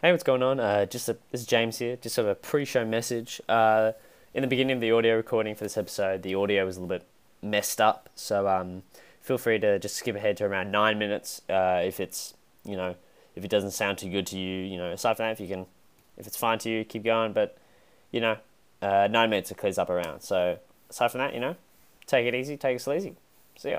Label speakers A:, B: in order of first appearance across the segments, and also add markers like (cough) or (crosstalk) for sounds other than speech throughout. A: Hey, what's going on? Uh, just a, this is James here. Just sort of a pre-show message. Uh, in the beginning of the audio recording for this episode, the audio was a little bit messed up, so um, feel free to just skip ahead to around nine minutes uh, if it's you know if it doesn't sound too good to you. You know, aside from that, if you can, if it's fine to you, keep going. But you know, uh, nine minutes it clears up around. So aside from that, you know, take it easy, take it sleazy. See ya.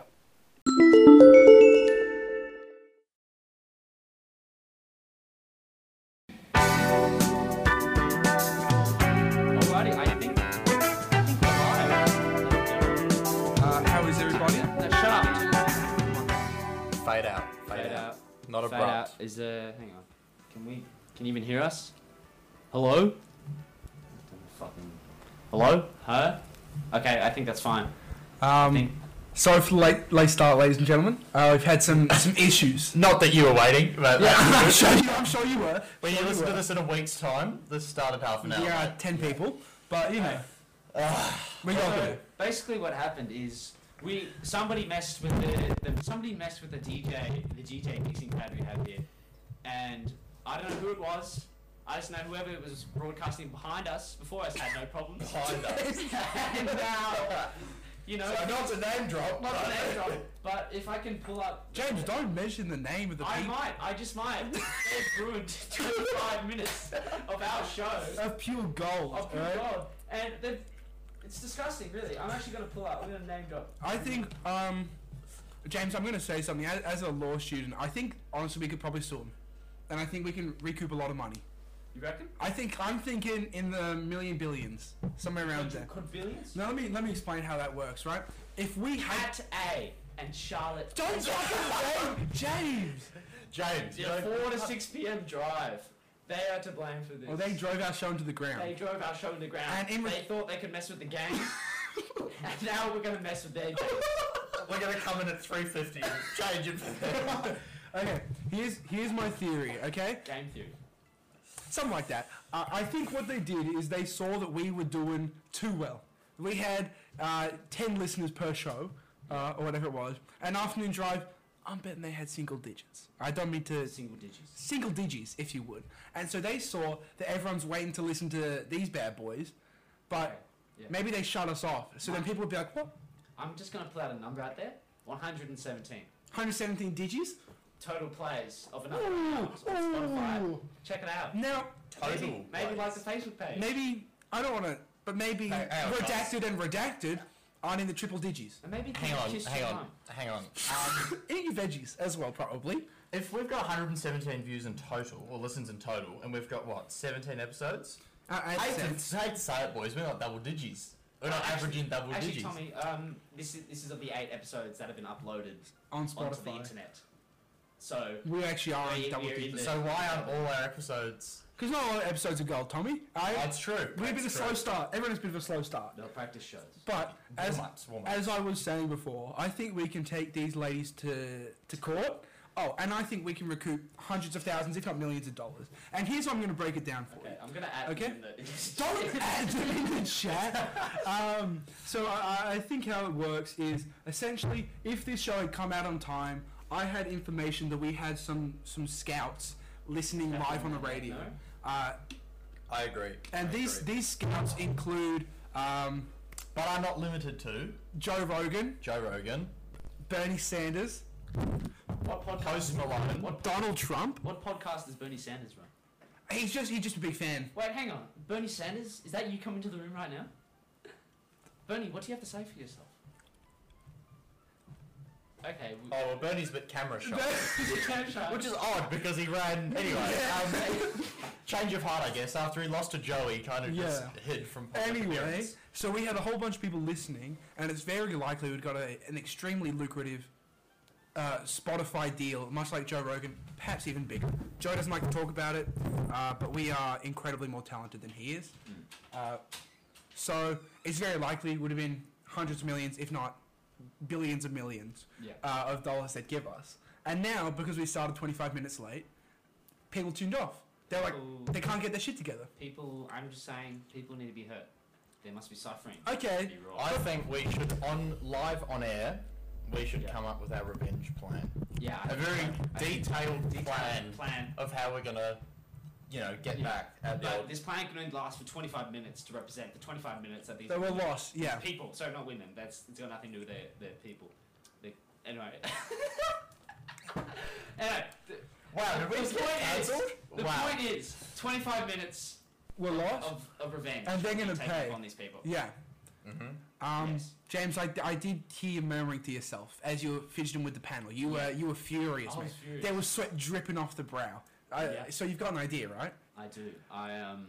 B: Alrighty, I think I think we're live. Uh, how is everybody? No, shut up.
C: Fade out. Fade,
B: Fade
C: out.
B: out.
C: Not
B: Fade
C: abrupt.
B: out. Is uh, hang on. Can we? Can you even hear us? Hello? Fucking. Hello? Huh? Okay, I think that's fine. I think.
D: Um, so for late, late start, ladies and gentlemen, uh, we've had some some issues. (laughs)
C: Not that you were waiting, but uh,
D: Yeah, I'm sure you, I'm sure you were.
C: (laughs) when you
D: Sure
C: listen to
D: were.
C: this in a week's time, this started half an hour.
D: there are ten people, but you know, we got
B: So (laughs)
D: there.
B: basically, what happened is we somebody messed with the, the somebody messed with the DJ the DJ mixing pad we have here, and I don't know who it was. I just know whoever it was broadcasting behind us before us had no problems.
C: Behind us.
B: (laughs) and now, you know,
C: So not to name
B: not
C: drop. (laughs) but-
B: the name drop, but if I can pull up.
D: James, don't mention the name of the
B: I
D: people.
B: might, I just might. They've ruined (laughs) 25 minutes of our show.
D: Of pure gold.
B: Oh,
D: alright?
B: God. And they've, it's disgusting, really. I'm actually going to pull up. We're going to name drop.
D: I think, um, James, I'm going to say something. As, as a law student, I think honestly we could probably sue them, and I think we can recoup a lot of money.
B: You reckon?
D: I think I'm thinking in the million billions, somewhere around there.
B: Could billions?
D: Now let me let me explain how that works, right? If we
B: (laughs)
D: had
B: At A and Charlotte. (laughs)
D: Don't fucking say James!
C: James, you
B: The
C: know,
B: 4 to 6 p.m. drive. They are to blame for this.
D: Well, they drove our show into the ground.
B: They drove our show in the ground.
D: And in re-
B: they thought they could mess with the game.
D: (laughs)
B: and now we're going to mess with their game.
C: we're going to come in at 350. Change it for them.
D: Okay, here's here's my theory. Okay,
B: game theory.
D: something like that. Uh, I think what they did is they saw that we were doing too well. We had uh, ten listeners per show, uh, or whatever it was. An afternoon drive. I'm betting they had single digits. I don't mean to
B: Single digits.
D: single digits, if you would. And so they saw that everyone's waiting to listen to these bad boys,
B: Okay,
D: but
B: yeah.
D: maybe they shut us off. So then people would be like, "What?
B: I'm just going to put out a number out there 117.
D: 117 digits?"
B: Total plays of another
D: Ooh,
B: account on Spotify.
D: ooh.
B: Check it out.
D: Now
B: Maybe,
C: Total.
B: maybe
C: plays.
B: like the Facebook page.
D: Maybe I don't want to, but maybe
C: Hey, hang on,
D: redacted and redacted aren't in the triple digis.
B: and maybe
C: Hang on,
B: kiss
C: hang
B: your
C: on,
B: mum.
C: hang on. Um,
D: (laughs) Eat your veggies as well, probably.
C: If we've got 117 views in total, or listens in total, and we've got what, 17 episodes?
D: Uh, eight
C: I hate
D: cents.
C: to, I hate to say it, boys, we're not double digits. We're not
B: Actually-
C: averaging double
B: Actually,
C: digits.
B: Tommy, um, this is this is of the eight episodes that have been uploaded
D: on
B: onto the
D: Spotify.
B: internet. So
D: We actually are
B: We-
D: on double
B: we're in
D: digits.
B: the-
C: So why aren't all our episodes?
D: Because not all episodes are gold, Tommy. I,
C: That's true.
D: we've been a
C: that's
D: slow
C: true.
D: start. Everyone's been a slow start.
B: no practice shows.
D: But as
C: Warm-ups, warm-ups.
D: as I was saying before, I think we can take these ladies to to court. Oh, and I think we can recoup hundreds of thousands, if not millions of dollars. And here's how I'm going to break it down for you.
B: Okay, I'm gonna add.
D: Okay.
B: In the, (laughs)
D: Don't add them in the chat. Um, so I, I- I think how it works is essentially, if this show had come out on time, I had information that we had some some scouts listening live on the radio,
B: No.
D: uh,
C: I agree.
D: and
C: I
D: these
C: agree.
D: these scouts include um,
C: but I'm not limited to
D: Joe Rogan,
C: Joe Rogan,
D: Bernie Sanders,
B: What podcast?
C: Post Malone.
B: What,
D: Donald Trump.
B: what podcast does Bernie Sanders run?
D: He's just he's just a big fan.
B: Wait, hang on. Bernie Sanders, is that you coming to the room right now? Bernie, what do you have to say for yourself? Okay. (laughs)
C: Oh, well, Bernie's but camera shy,
D: (laughs)
B: We,
C: which is odd because he ran anyway. Um, change of heart, I guess. After he lost to Joey, he kind of just
D: Yeah.
C: hid from public
D: Anyway,
C: appearance.
D: so we had a whole bunch of people listening, and it's very likely we'd got a, an extremely lucrative uh, Spotify deal, much like Joe Rogan, perhaps even bigger. Joe doesn't like to talk about it, uh, but we are incredibly more talented than he is. Uh, so it's very likely it would have been hundreds of millions, if not billions of millions,
B: Yeah.
D: uh, of dollars they'd give us. And now, because we started 25 minutes late, people tuned off. They're like,
B: Ooh.
D: they can't get their shit together.
B: people, I'm just saying, people need to be hurt. There must be suffering.
D: Okay,
B: Be raw.
C: I think we should on live on air. We should
B: Yeah.
C: come up with our revenge plan,
B: yeah. I
C: a
B: think
C: very
B: so. I think
C: detailed
B: detailed
C: plan
B: plan.
C: of how we're gonna you know, get
B: Yeah.
C: back at the
B: But
C: old.
B: this plan can only last for 25 minutes to represent the 25 minutes that these
D: They were lost, yeah.
B: people. Sorry, not women. That's it's got nothing to do with their, their people. They, anyway. (laughs) anyway, the,
C: Wow, did we
B: the
C: just get
B: point is-
C: cancelled?
B: the
C: Wow.
B: point is 25 minutes
D: We're lost.
B: of, of revenge.
D: And they're
B: should be
D: gonna
B: taken
D: pay.
B: on these people.
D: Yeah.
C: Mm-hmm.
D: Um,
B: Yes.
D: James, I, I did hear you murmuring to yourself as you were fidgeting with the panel. You were you were furious,
B: I
D: man.
B: was furious.
D: There was sweat dripping off the brow. I,
B: Yeah.
D: So you've got an idea, right?
B: I do. I um,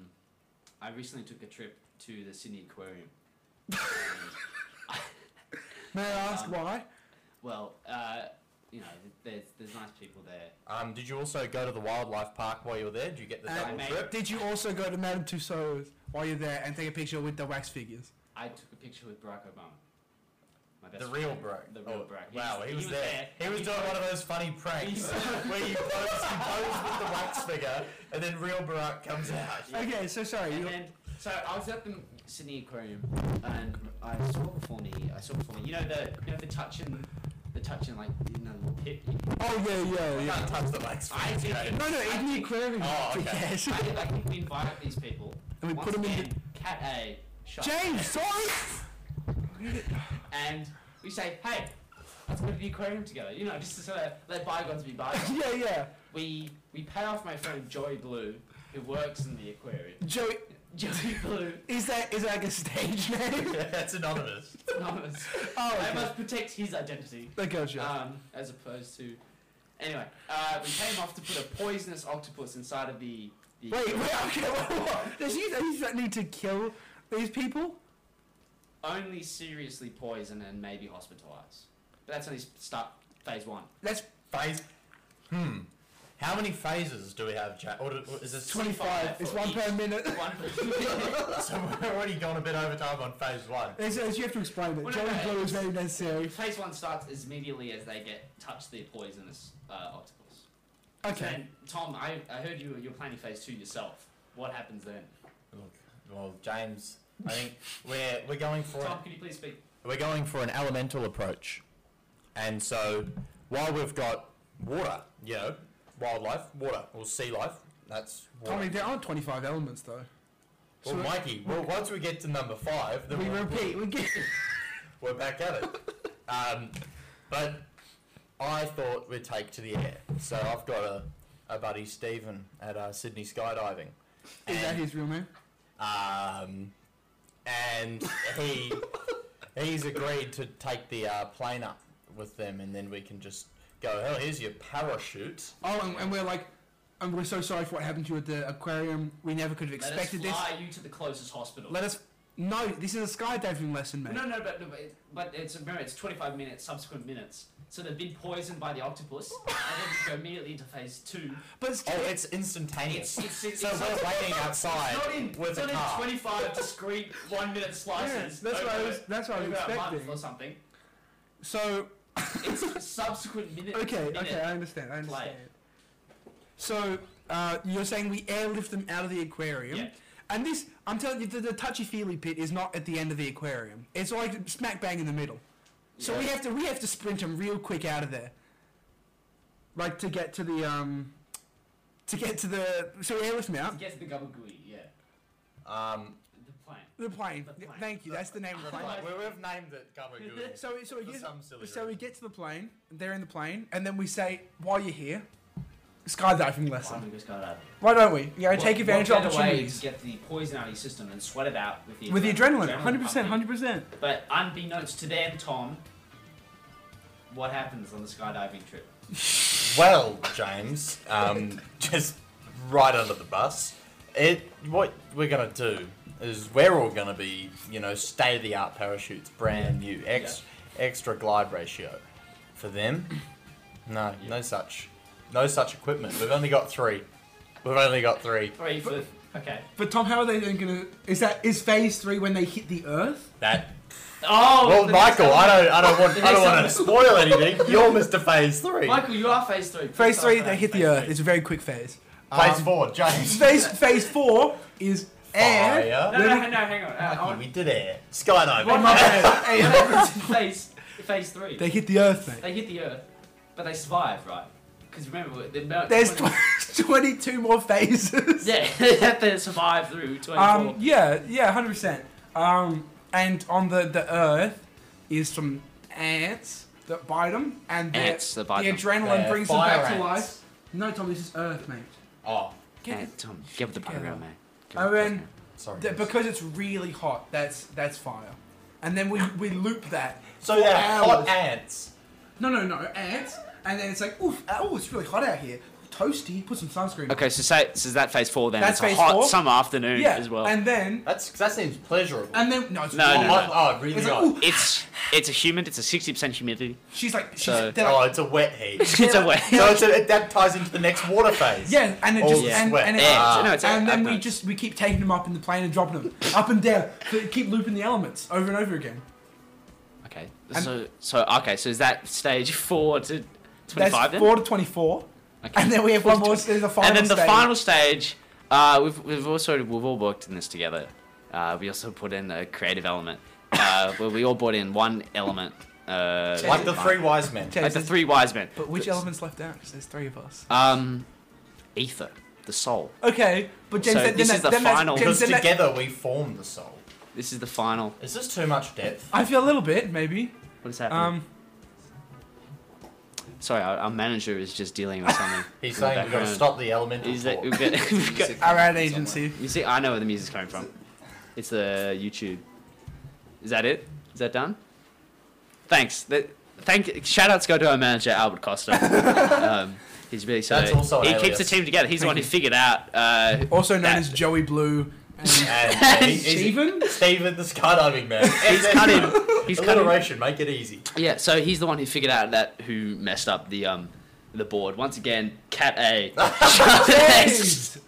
B: I recently took a trip to the Sydney
D: (laughs)
B: Aquarium.
D: May I ask
B: Um,
D: why?
B: well, uh, you know, there's there's nice people there.
C: Um, did you also go to the wildlife park while you were there? Did you get the
D: And-
C: double
B: mate.
C: trip?
D: Did you also go to Madame Tussauds while you're there and take a picture with the wax figures?
B: I took a picture with Barack Obama. My best
C: The
B: friend.
C: real Brock.
B: The real
C: Oh,
B: Barack. He
C: Wow,
B: was-
C: he, was, there. He was doing one of those funny pranks
B: He's-
C: (laughs) where you pose, you
B: (laughs)
C: pose with the wax figure, and then real Barack comes out.
B: Yeah.
D: Okay, so sorry.
B: And
D: You,
B: then, so I was at the Sydney Aquarium, and I saw before me. I saw before me. You know the you know the touch and the touch and like you know the little pit.
D: oh yeah, yeah,
C: You
D: yeah.
C: can't touch the wax
B: I
C: figure.
B: think-
C: Jaden.
D: No, no, in the aquarium.
C: Oh, okay.
D: (laughs) Yes.
B: I, I think we invited these people.
D: And we
B: Once
D: put 'em in
B: again, Cat A. Shut
D: James, sorry.
B: and we say, hey, let's go to the aquarium together. You know, just to sort of let bygones be bygones.
D: yeah, yeah.
B: we we pay off my friend Joey Blue, who works in the
D: (laughs)
B: aquarium.
D: Joey,
B: Joey Blue,
D: is that is that like a
B: (laughs)
D: stage name?
C: yeah, it's anonymous.
B: anonymous.
D: Oh,
B: I
D: okay.
B: must protect his identity.
D: that goes yeah.
B: Um, as opposed to, anyway, uh, we came off to put a poisonous octopus inside of the. the
D: Wait, wait, okay, what? what? Does he, does he need to kill these people?
B: Only seriously poison and maybe hospitalised. But that's only s- start phase one.
D: That's
C: Phase. Hmm. How many phases do we have, Jack? Or, do- or is this
D: 25. It's
B: for
D: one per
B: each.
D: minute. (laughs)
B: One
C: (laughs) So we've already gone a bit over time on phase one.
D: It's, it's- you have to explain it.
B: Well,
D: Joey
B: no, no,
D: Blue
B: it's-
D: is very
B: (laughs)
D: necessary.
B: Phase one starts as immediately as they get touch the poisonous uh, octopus.
D: Okay.
B: And Tom, I, I heard you you're planning phase two yourself. What happens then?
C: Look, well, James, I think we're we're going for
B: Tom,
C: an,
B: can you please speak?
C: we're going for an elemental approach, and so while we've got water, you know, wildlife, water or sea life, that's water.
D: Tommy, there aren't 25 elements though. so-
C: well, Mikey, well, once we get to number five, then
D: we
C: we'll-
D: repeat. We
B: (laughs)
D: get.
C: we're back at it.
D: (laughs)
C: um, but I thought we'd take to the air. So I've got a, a buddy, Stephen, at uh, Sydney Skydiving.
D: Is that
C: And,
D: his real name?
C: Um, and he he's agreed to take the uh, plane up with them, and then we can just go, hell, here's your parachute.
D: Oh, and, and we're like, and we're so sorry for what happened to you at the aquarium. We never could have expected
B: Let
D: this.
B: us fly you to the closest hospital.
D: Let us. No, this is a skydiving lesson, man.
B: no, no, but, no, but it- but it's remember it's 25 minutes, subsequent minutes. So they've been poisoned by the
D: (laughs)
B: octopus, and then go immediately into phase two.
D: But it's,
C: Oh, it's instantaneous.
B: It's it's it's,
C: so
B: (laughs) it's
C: we're
B: not,
C: waiting outside
B: not in
C: with
B: it's not
C: a car.
B: in
D: (laughs)
B: 25 discrete one minute
D: yeah,
B: slices.
D: that's what I
B: over-
D: was. That's what I was
B: over a month or
D: expecting.
B: something.
D: So
B: It's subsequent minute.
D: Okay,
B: minute.
D: okay, I understand. I
B: play.
D: understand. So uh, you're saying we airlift them out of the aquarium,
B: Yeah.
D: and this I'm telling you, the, the touchy feely pit is not at the end of the aquarium. It's like smack bang in the middle. So we
B: Yeah.
D: have to we have to sprint them real quick out of there, like to get to the um, to get to the so we airlift them
B: To
D: out.
B: get to the Gabagui, yeah.
C: Um,
B: The plane.
D: The plane.
B: The
D: Th-
B: plane.
D: Thank you. That's the name of the plane.
B: Otherwise-
C: we, we've named it
B: (laughs)
C: Gabagoo.
D: So we- so we
C: for
D: get
C: some silly
D: so we
C: reason.
D: get to the plane. They're in the plane, and then we say, while you're here, skydiving
B: Why
D: lesson.
B: don't we just go to-
D: Why don't we? You know,
B: What-
D: take advantage
B: what
D: of
B: better
D: opportunities.
B: Way to get the poison out of your system and sweat it out with the
D: With the adrenaline,
B: pumping.
D: 100%, 100%.
B: But unbeknownst to them, Tom, what happens on the skydiving trip?
C: Well, James, um, just right under the bus. It what we're gonna do is we're all gonna be, you know, state of the art parachutes, brand new, ex- extra glide ratio. For them, no, no such, no such equipment. We've only got three. We've only got three.
B: Three for okay.
D: But Tom, how are they then gonna? Is that is phase three when they hit the Earth?
C: That.
B: Oh,
C: Well,
B: the next
C: Michael, I
B: element.
C: don't, I don't want, I don't
B: next
C: want to spoil anything. You're Mr. Phase Three.
B: Michael, you are phase three.
D: Phase
B: Please
D: three,
B: start
D: they
B: that.
D: hit the
B: Phase
D: Earth.
B: three.
D: It's very quick phase.
C: Phase
D: Um,
C: Four, James.
D: phase phase four is air.
B: No,
C: Fire.
B: no, no, hang on. Uh, I
C: Lucky
B: want-
C: we did air. Skydiving.
B: What
D: My bad.
B: what (laughs) happens in phase phase three?
D: They hit the Earth, mate.
B: They hit the Earth, but they survive, right? Because remember, the amount-
D: There's tw- (laughs) 22 more
B: (laughs)
D: phases.
B: yeah, they have to survive through 24.
D: Um, yeah, yeah, 100%. Um, and on the, the earth is some ants that bite them, and the-
B: Ants that bite
D: the
B: them.
D: adrenaline
C: They're
D: brings them back
C: fire
D: to
C: ants.
D: life. No, Tom, this is earth, mate.
C: Oh,
B: yeah, Tom, give up the program, man. Give
D: I
B: up the
D: mean,
B: program.
C: sorry.
D: th- because it's really hot, that's that's fire. And then we, we loop that.
C: (laughs) so
D: for
C: they're hot
D: hours.
C: ants.
D: No, no, no, ants. And then it's like, oof, oh, it's really hot out here. Toasty, put some sunscreen on.
B: Okay, so say, so is that phase four then? it's
D: That's phase
B: a hot
D: four.
B: summer afternoon
D: Yeah,
B: as well.
D: and then,
C: That's that seems pleasurable.
D: and then, no, it's
B: No,
D: really
C: oh,
B: no,
D: hot.
C: hot- oh, really
D: It's like,
C: hot.
D: ooh,
B: it's it's a humid. It's a sixty percent
D: (laughs)
B: humidity.
D: She's like, she's,
B: So-
D: they're
C: oh,
D: like,
C: it's a wet heat.
D: (laughs)
C: so
B: it's a way.
C: it's a, it, that ties into the next water phase.
D: yeah, and it
C: All
D: just,
C: the
D: and,
C: sweat.
D: and, it,
B: Yeah, Ah. no, it's
D: and then we
B: okay.
D: just, we keep taking them up in the plane and dropping them up and down, so they keep looping the elements over and over again.
B: Okay,
D: And-
B: so so okay, so is that stage four to twenty
D: That's
B: five then?
D: four to twenty-four,
B: Okay.
D: and then we have one more. There's a final.
B: and then the
D: stage.
B: final stage. Uh, we've we've also we've all worked in this together. Uh, we also put in a creative element
D: (laughs)
B: uh, where we all brought in one element. Uh,
C: Like the three wise men.
D: Okay,
B: like the
D: there's-
B: three wise men.
D: But which element's left out? Because there's three of us.
B: Um, ether, the soul.
D: Okay, but James,
B: So
D: then,
B: this
D: then
B: is
D: that-
B: the
D: then that's-
B: final-
D: James,
C: Because
D: then that-
C: together we form the soul.
B: This is the final.
C: Is this too much depth?
D: I feel a little bit, maybe.
B: What is happening?
D: Um,
B: Sorry, our, our manager is just dealing with something.
C: (laughs) He's
B: in the
C: saying we've got to
B: background.
C: stop the elemental
B: Is that,
C: talk.
B: we've got,
C: (laughs)
B: we've got,
D: our ad agency.
B: you see, I know where the music's coming from. It's the YouTube. Is that it? Is that done? Thanks. That, thank. Shout outs go to our manager Albert
C: (laughs)
B: Costa. um, he's really so.
C: That's also an
B: he keeps
C: alias.
B: the team together. He's the one
D: Thank
B: who
C: (laughs)
D: you.
B: figured out. Uh,
D: Also known
B: that-
D: as Joey Blue. And
B: (laughs)
C: And he- he's-
D: Steven?
C: Steven, the skydiving man.
B: he's cut him. He's cut him.
C: Alliteration, make it easy.
B: Yeah. So he's the one who figured out that who messed up the um the board once again. Cat A.
C: (laughs)
D: Yes.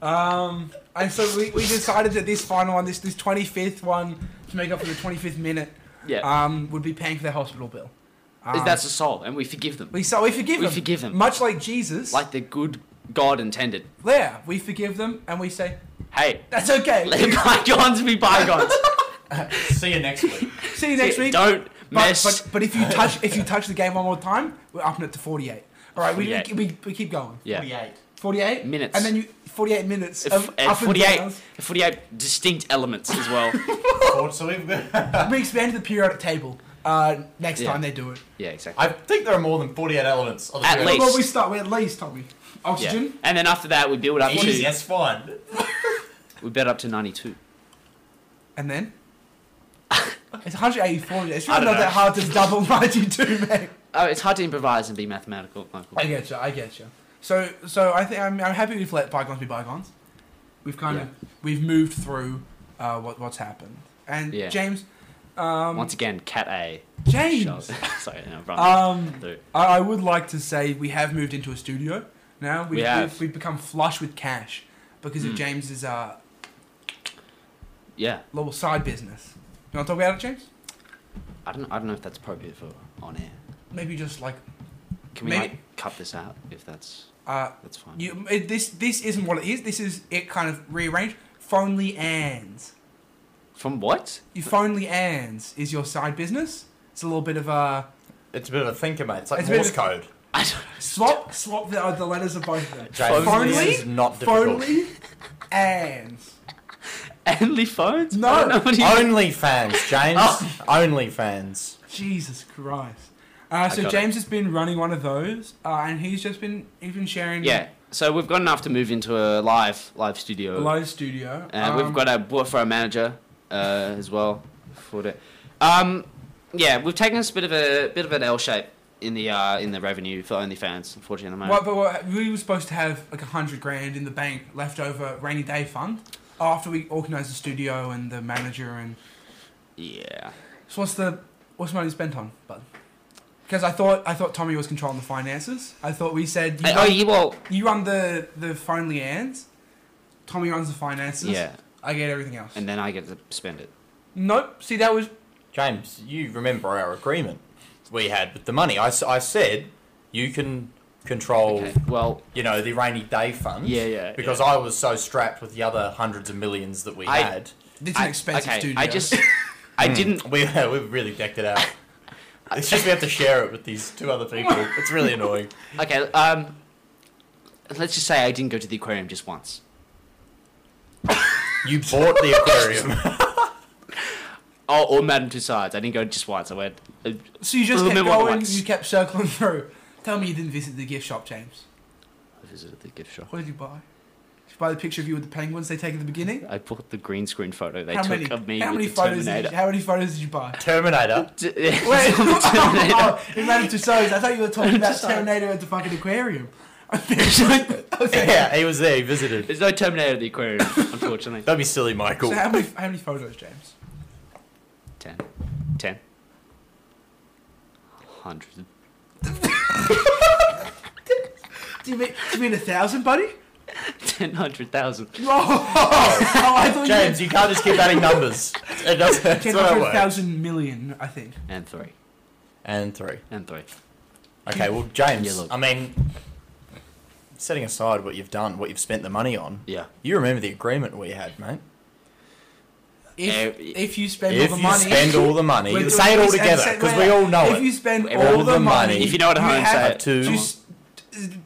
D: Um, and so we, we decided that this final one, this this twenty fifth one, to make up for the twenty fifth minute,
B: (laughs) yeah.
D: um, would be paying for their hospital bill. Um,
B: That's the soul, and we forgive them.
D: we so we forgive
B: we
D: them,
B: forgive them.
D: much like Jesus.
B: like the good God intended.
D: there, we forgive them, and we say
B: Hey, (laughs)
D: that's okay.
B: let bygones be bygones.
C: See you next week.
D: See you (laughs) next week.
B: Don't
D: but,
B: mess.
D: but
B: (laughs)
D: but if you touch if you touch the game one more time, we're upping it to forty eight. All right, we,
B: 48.
D: we, we, we keep going.
B: (laughs) yeah.
C: 48.
D: Forty eight
B: Minutes.
D: and then you forty eight minutes
B: If-
D: of
B: and
D: Oh, up 48.
B: 48, 48 distinct elements as
D: (laughs)
B: well.
C: Four- (laughs) so we've got- (laughs)
D: We expanded the periodic table. Uh, next
B: Yeah.
D: time they do it.
B: yeah, exactly.
C: I think there are more than 48 elements. on the
B: At
C: pyramid.
B: least.
D: Well, we start with at least, Tommy.
B: Yeah.
D: Oxygen.
B: And then after that, we build up
C: Easy,
B: to
C: that's fine.
B: we build up to ninety two.
D: And then? it's 184. It's
B: I
D: really
B: don't
D: not that
B: know.
D: hard to double (laughs) 92,
B: (laughs)
D: mate.
B: Oh, it's hard to improvise and be mathematical, Michael.
D: I get you. I get you. So, so I think I'm, I'm happy we've let bygones be bygones. We've kind of we've moved through uh, what what's happened. And
B: Yeah.
D: James, um,
B: Once again, cat A.
D: James,
B: Shows. (laughs) Sorry, no, wrong.
D: um,
B: Dude,
D: I, I would like to say we have moved into a studio now. We've,
B: We have.
D: We've, we've become flush with cash because of
C: Hmm.
B: Mm.
D: James's uh,
B: yeah,
D: little side business. You want to talk about it, James?
B: I don't, I don't know if that's appropriate for on air.
D: Maybe just like
B: Can we
D: Maybe-
B: like cut this out if that's
D: uh,
B: that's fine?
D: you. It, this this isn't what it is. This is it kind of rearranged. Phonely Ands.
B: From what? (laughs)
D: You Phonely Ands is your side business. It's a little bit of a
C: It's a bit of a thinker, mate. It's like
D: It's a bit
C: Morse
D: of-
C: code.
B: I don't.
D: swap swap the, uh, the letters of both of them.
C: James,
D: Phonely?
C: this is not difficult.
D: Phonely Ands.
B: Only phones?
D: No.
B: I don't know what he-
C: Only fans, James. Only fans.
D: Jesus Christ. Uh, so
B: got
D: James has been running one of those, uh, and he's just been he's been sharing
B: Yeah. So we've got enough to move into a live live
D: the
B: studio.
D: live studio.
B: Uh,
D: Um,
B: we've got a board for our manager uh, as well for the. Um, yeah, we've taken this bit of a bit of an L shape in the uh, in the revenue for OnlyFans, unfortunately, at the moment.
D: Well, but what, we were supposed to have like a hundred grand in the bank left over rainy day fund after we organised the studio and the manager and
B: Yeah.
D: so what's the what's money spent on, bud? Because I thought I thought Tommy was controlling the finances. I thought we said you,
B: Hey, oh,
D: run,
B: you well.
D: you run the the phone lians, Tommy runs the finances.
B: Yeah,
D: I get everything else.
B: and then I get to spend it.
D: nope. See that was
C: James, you remember our agreement we had with the money. I, s- I said you can control,
B: Okay. Well,
C: you know, the rainy day fund.
B: Yeah, yeah,
C: Because I was so strapped with the other hundreds of millions that we
B: I-
C: had. (laughs)
D: it's
B: I,
D: an expensive
B: okay,
D: studio.
B: I just I didn't
C: We we really decked it out. It's just we have to share it with these two other people. It's really annoying.
B: Okay, um, let's just say I didn't go to the aquarium just once.
C: You bought the aquarium.
B: Oh, or Madame Tussauds. I didn't go just once. I went. Uh,
D: So you just
B: Little
D: kept
B: bit more than
D: going,
B: once.
D: you kept circling through. Tell me you didn't visit the gift shop, James.
B: I visited the gift shop.
D: What did you buy? Did you buy the picture of you with the penguins they take at the beginning?
B: I bought the green screen photo they
D: how
B: took
D: many,
B: of me
D: how
B: with
D: many
B: the
D: photos Did you,
B: (laughs) Terminator.
D: how many photos did
B: (laughs)
D: you buy?
C: Terminator.
B: Wait,
D: Wait,
B: Terminator.
D: oh, (laughs) it ran into size. I thought you were talking about
B: Tussauds.
D: Terminator at the fucking
B: (laughs)
D: aquarium. (laughs)
C: Yeah, (laughs) he was there. He visited.
B: There's no Terminator at the aquarium, unfortunately.
C: Don't be silly, Michael.
D: So how many how many photos, James?
B: Ten. Ten. Hundred.
D: Do you mean do you mean a thousand, buddy? (laughs)
B: Ten hundred thousand.
D: Oh, I thought
C: James, you can't just keep adding numbers. It doesn't. It's
D: you meant
C: not how it works.
D: 100,000 million, I think.
B: And three.
C: And three.
B: And three.
C: Okay, well, James,
B: Yeah, look.
C: I mean, setting aside what you've done, what you've spent the money on,
B: Yeah.
C: you remember the agreement we had, mate.
D: If,
B: Eh,
D: if you spend
C: if
D: all the
C: you
D: money.
C: spend all the money,
D: Wait,
C: say it all
D: wait,
C: together
D: wait,
C: because
D: wait,
C: we all know
D: if
C: it.
D: you spend
B: Everyone-
D: all the money,
B: If you know what I'm
D: have
B: saying,
C: have to
D: to s-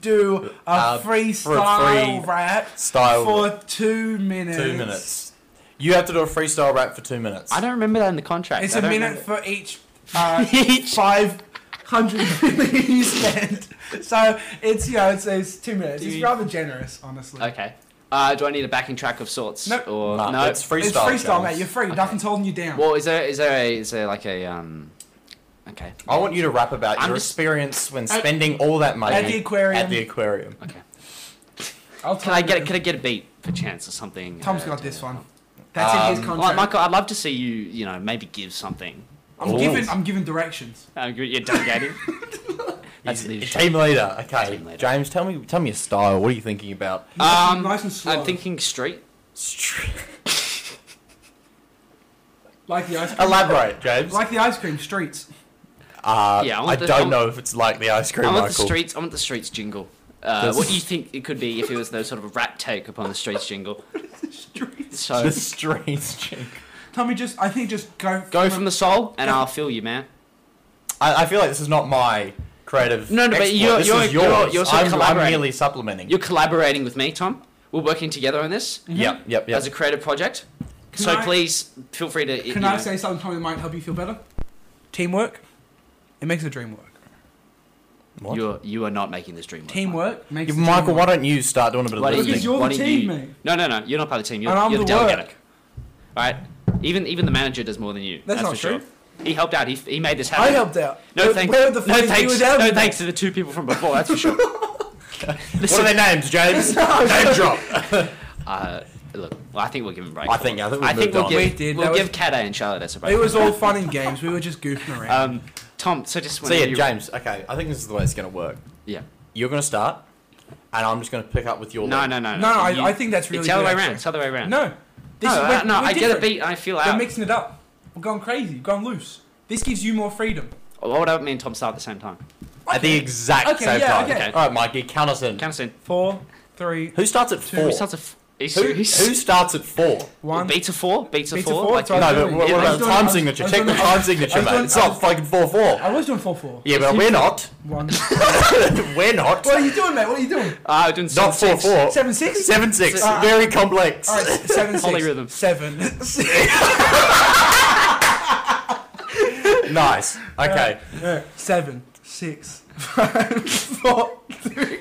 D: do a
C: Uh,
D: freestyle
C: free
D: rap
C: style
D: for two minutes.
C: two minutes. You have to do a freestyle rap for two minutes.
B: I don't remember that in the contract.
D: It's
B: I
D: a
B: don't
D: minute
B: remember-
D: for each uh,
B: Each.
D: five hundred million you spend. So it's you know it's, it's two minutes. It's
B: Dude.
D: rather generous, honestly.
B: (laughs) Okay. Uh, do I need a backing track of sorts?
D: No.
B: Or
C: Nah,
B: no?
C: it's freestyle.
D: It's freestyle, mate.
C: James.
D: You're free.
B: Okay.
D: Nothing's holding you down.
B: Well, is there is there a is there like a um? Okay.
C: I want you to rap about
B: I'm
C: your
B: just-
C: experience when
D: At-
C: spending all that money
D: at the aquarium.
C: At the aquarium.
B: Okay.
D: I'll
B: Can I get can I get a beat perchance or something? Uh,
D: Tom's
B: Tom's
D: got this one. That's in his
C: Um,
D: contract.
B: Michael, I'd love to see you. You know, maybe give something.
D: I'm
C: Ooh.
D: giving I'm giving directions.
B: Uh, you're you're
D: (laughs)
B: delegating. That's
C: He's a
B: leadership.
C: team leader. Okay,
B: Team leader.
C: James, tell me, tell me your style. What are you thinking about?
D: Nice,
B: Um,
D: nice and slow.
B: I'm thinking street.
D: like the ice cream.
C: Elaborate, James.
D: Like the ice cream streets.
C: Uh,
B: Yeah, I
C: I,
B: want the- I
C: don't
B: want-
C: know if it's like the ice cream,
B: I want
C: Michael.
B: the streets. I want the streets jingle. Uh,
C: That's-
B: what do you think it could be if it was no sort of a rap take upon the streets
D: (laughs)
B: jingle?
D: Streets.
B: So
C: (laughs) The streets jingle.
D: Tommy, just I think just go.
B: go from the soul, and I'll feel you, man.
C: I, I feel like this is not my creative.
B: No, no, but
C: exploit.
B: you're-
C: this
B: you're-
C: is yours.
B: you're- you're sort of
C: I'm, I'm
B: collaborating.
C: merely supplementing.
B: You're collaborating with me, Tom. We're working together on this
C: Yep, yep, yep.
B: as a creative project.
D: Can
B: so
D: I-
B: please feel free to. you
D: Can I
B: know-
D: say something, Tommy, that might help you feel better? Teamwork. It makes a dream work.
C: What?
B: You're you are not making this dream work.
D: Teamwork makes.
C: Give-
D: the
C: Michael,
D: dream
C: why
D: work.
C: don't you start doing a bit of
B: Why don't
D: Because
B: you,
C: listening?
D: you're
B: why
D: the
B: don't
D: team,
B: you-
D: mate.
B: No, no, no. You're not part of the team. You're,
D: And I'm
B: you're the,
D: the work.
B: delegate. All right. Even even the manager does more than you.
D: That's
B: That's,
D: not
B: for sure.
D: true.
B: He helped out. He, he made this happen.
D: I helped out.
B: No
D: Where-
B: thanks.
D: Where the fuck
B: no
D: is he
B: thanks.
D: without
B: No
D: me?
B: thanks to the two people from before. That's for
D: (laughs)
B: sure.
C: What are
B: Listen,
C: their
B: (laughs)
C: names, James? Name drop.
B: uh, look, well, I think we'll give him a break.
C: I think- I think we've
B: I think
C: moved
B: we'll
C: on.
B: give
D: We did,
B: we'll
D: that
B: give
D: was-
B: Cat A and Charlotte a break.
D: It was all fun and games. We were just goofing around.
B: um, Tom. So just
C: So yeah,
B: whenever you-
C: James. Okay, I think this is the way it's gonna work.
B: Yeah.
C: You're gonna start, and I'm just gonna pick up with your.
B: No,
C: lead.
B: no, no,
D: no, no, I,
B: You-
D: I think that's really.
B: it's the other
D: good,
B: way
D: actually.
B: around. It's the other way around.
D: No, this
B: no,
D: is,
B: I,
D: we're-
B: no,
D: we're
B: I get uh, a
D: different.
B: beat. I feel
D: We're
B: out.
D: mixing it up. We're going crazy. We're going loose. This gives you more freedom.
B: Why would I me and Tom start at the same time?
C: At the exact
D: Okay,
C: same
D: yeah,
C: time.
D: okay.
C: All right, Mikey, count us in.
B: Counselor,
D: Four, three,
C: Who starts at four?
B: who starts at f- he's,
C: Who, who
B: he's-
C: starts at four?
D: one.
B: beats a four, beats a
D: Beats a
B: four.
D: four,
B: like, uh,
D: so I
C: no,
D: was
C: but
D: doing-
C: what,
B: I was
C: what about the
D: doing-
C: time
D: I was
C: signature?
D: doing-
C: Check the time signature,
D: I was
C: mate.
D: doing-
C: It's not fucking four four.
D: I was doing
B: (laughs)
D: four four.
C: Yeah, but we're not. (laughs)
D: One.
C: We're not.
D: what are you doing, mate? What are you doing?
B: Ah, we're doing
C: Not
B: seven,
C: four
B: six.
C: four.
D: Seven six.
C: Seven six.
D: Uh,
C: Very complex.
D: All right,
B: (laughs)
D: seven six.
B: Polyrhythm.
D: Seven.
B: (laughs)
C: Nice. Okay.
D: Yeah, Seven, six, (laughs) five, four, three,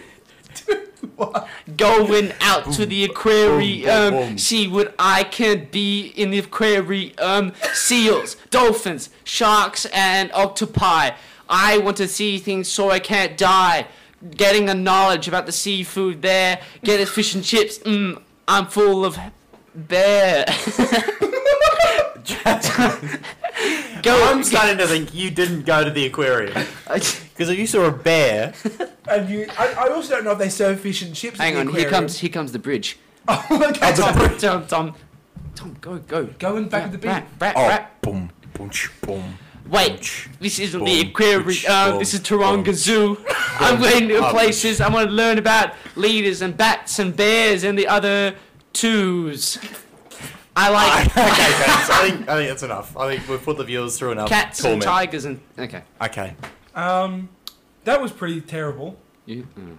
D: two, one.
B: Going out to the aquarium, um,
C: boom.
B: see what I can be in the aquarium. um, Seals, dolphins, sharks, and octopi. I want to see things so I can't die. Getting the knowledge about the seafood there. Get us fish and chips. Mm, I'm full of
C: (laughs)
B: bear.
C: I'm
B: Go.
C: starting to think you didn't go to the aquarium
D: (laughs)
C: because if you saw a bear,
D: And you, I, I also don't know if they serve fish and chips.
B: Hang
D: in
B: on,
D: the
B: here
D: aquarium.
B: comes here comes the bridge.
D: (laughs) Oh, okay.
B: Tom, (laughs) Tom, Tom, Tom, go, go.
D: Going back at the beat.
B: Rat, rat,
C: oh,
B: rat.
C: boom, boom, ch- boom. (laughs)
B: Wait, this isn't the
C: boom,
B: aquarium.
C: bitch,
B: Um,
C: boom,
B: this is Taronga
C: boom,
B: Zoo. I'm going to
C: boom.
B: places. I want to learn about leaders and bats and bears and the other twos. I
C: okay,
B: like
C: James, I think I think that's enough. I think we've put the viewers through enough
B: cats
C: torment.
B: and tigers and okay.
C: Okay.
D: Um, that was pretty terrible.
B: You mm.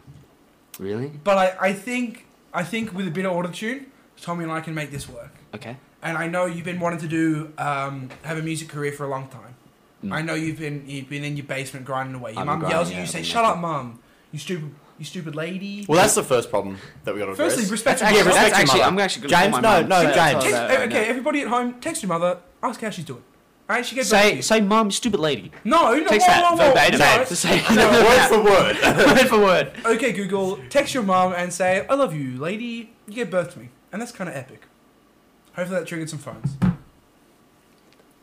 B: really?
D: But I, I think I think with a bit of autotune, Tommy and I can make this work.
B: Okay.
D: And I know you've been wanting to do um, have a music career for a long time.
B: Mm.
D: I know you've been you've been in your basement grinding away. Your
B: I've been
D: mum yells
B: grinding,
D: at you,
B: yeah,
D: you
B: I've
D: say,
B: been
D: "Shut
B: making-
D: up, mum! You stupid, you stupid lady."
C: Well, that's the first problem that we got to address.
D: Firstly, respect
B: That's
D: your
B: actually,
C: Yeah,
D: mother.
B: that's
C: respect your
B: actually
C: mother.
B: I'm actually gonna
C: James,
B: call
C: no,
B: my mum.
C: no,
B: Tell- tell her
C: James.
D: Text,
B: that right now.
D: okay, everybody at home, text your mother. Ask how she's doing. And she gets back to
B: Say
D: you.
B: say mum, you stupid (laughs) lady.
D: no, no,
B: Text
D: whoa,
B: that
D: whoa, whoa,
B: verbatim.
D: no.
B: Just say (laughs)
C: word for word.
B: word for word.
D: Okay, Google, text your mom and say, "I love you, lady. You gave birth to me," and that's kind of epic. Hopefully, that triggered some phones.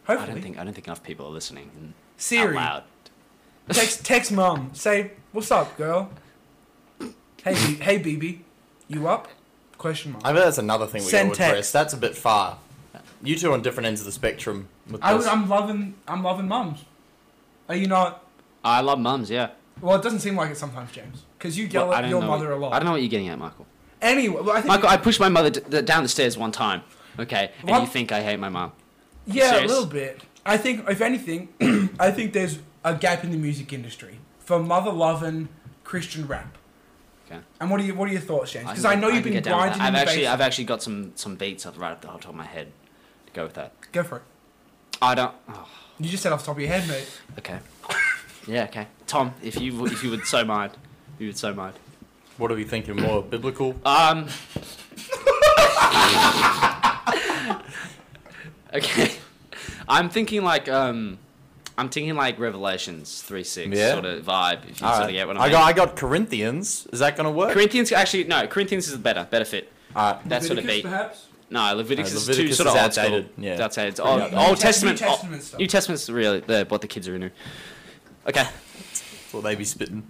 B: I don't
D: Hopefully,
B: think I don't think enough people are listening and out
D: Siri,
B: loud. (laughs)
D: text text mom. Say, "What's up, girl? Hey, B- hey, BB, you up?" Question mark.
C: I bet that's another thing we got to
D: Send text.
C: address. That's a bit far. You two are on different ends of the spectrum with
D: I,
C: this.
D: am loving I'm loving mums. Are you not?
B: I love mums, yeah.
D: Well, it doesn't seem like it sometimes, James, because you yell
B: Well, I
D: at
B: don't
D: your
B: know
D: mother
B: what,
D: a lot.
B: I don't know what you're getting at, Michael.
D: Anyway, well, I think
B: Michael, I pushed my mother d- d- down the stairs one time. Okay, and
D: What?
B: you think I hate my mom?
D: Yeah,
B: Serious?
D: a little bit. I think, if anything, (clears throat) I think there's a gap in the music industry for mother loving Christian rap.
B: Okay.
D: And what are you? What are your thoughts, James? Because
B: can
D: I,
B: get-
D: know you've
B: can
D: been
B: get down with that.
D: grinding. in
B: I've
D: the
B: actually, I've
D: basement.
B: actually got some some beats up right at the top of my head. To go with that.
D: Go for it.
B: I don't. Oh,
D: You just said off the top of your head, mate. (laughs)
B: okay. yeah, okay. Tom, if you w- if you would so mind, if you would so mind.
C: what are we thinking? More biblical?
B: Um. okay. (laughs) I'm thinking like um, I'm thinking like Revelations three six
C: Yeah.
B: sort of vibe. If you
C: All
B: sort
C: right.
B: of get what I
C: I,
B: mean.
C: got, I got Corinthians. Is that going to work?
B: Corinthians actually no. Corinthians is better, better fit.
C: All right.
B: That sort of beat.
D: perhaps.
B: No, Leviticus,
C: No,
B: is too
C: Leviticus
B: sort of
C: is
B: old school.
C: outdated, yeah.
B: It's outdated. It's
C: Pretty
B: Old,
C: outdated.
B: Old
D: New Test-
B: Testament.
D: New
B: Old-
D: Testament stuff.
B: New Testament's really the, what the kids are into. Okay. (laughs)
C: Will they be spitting?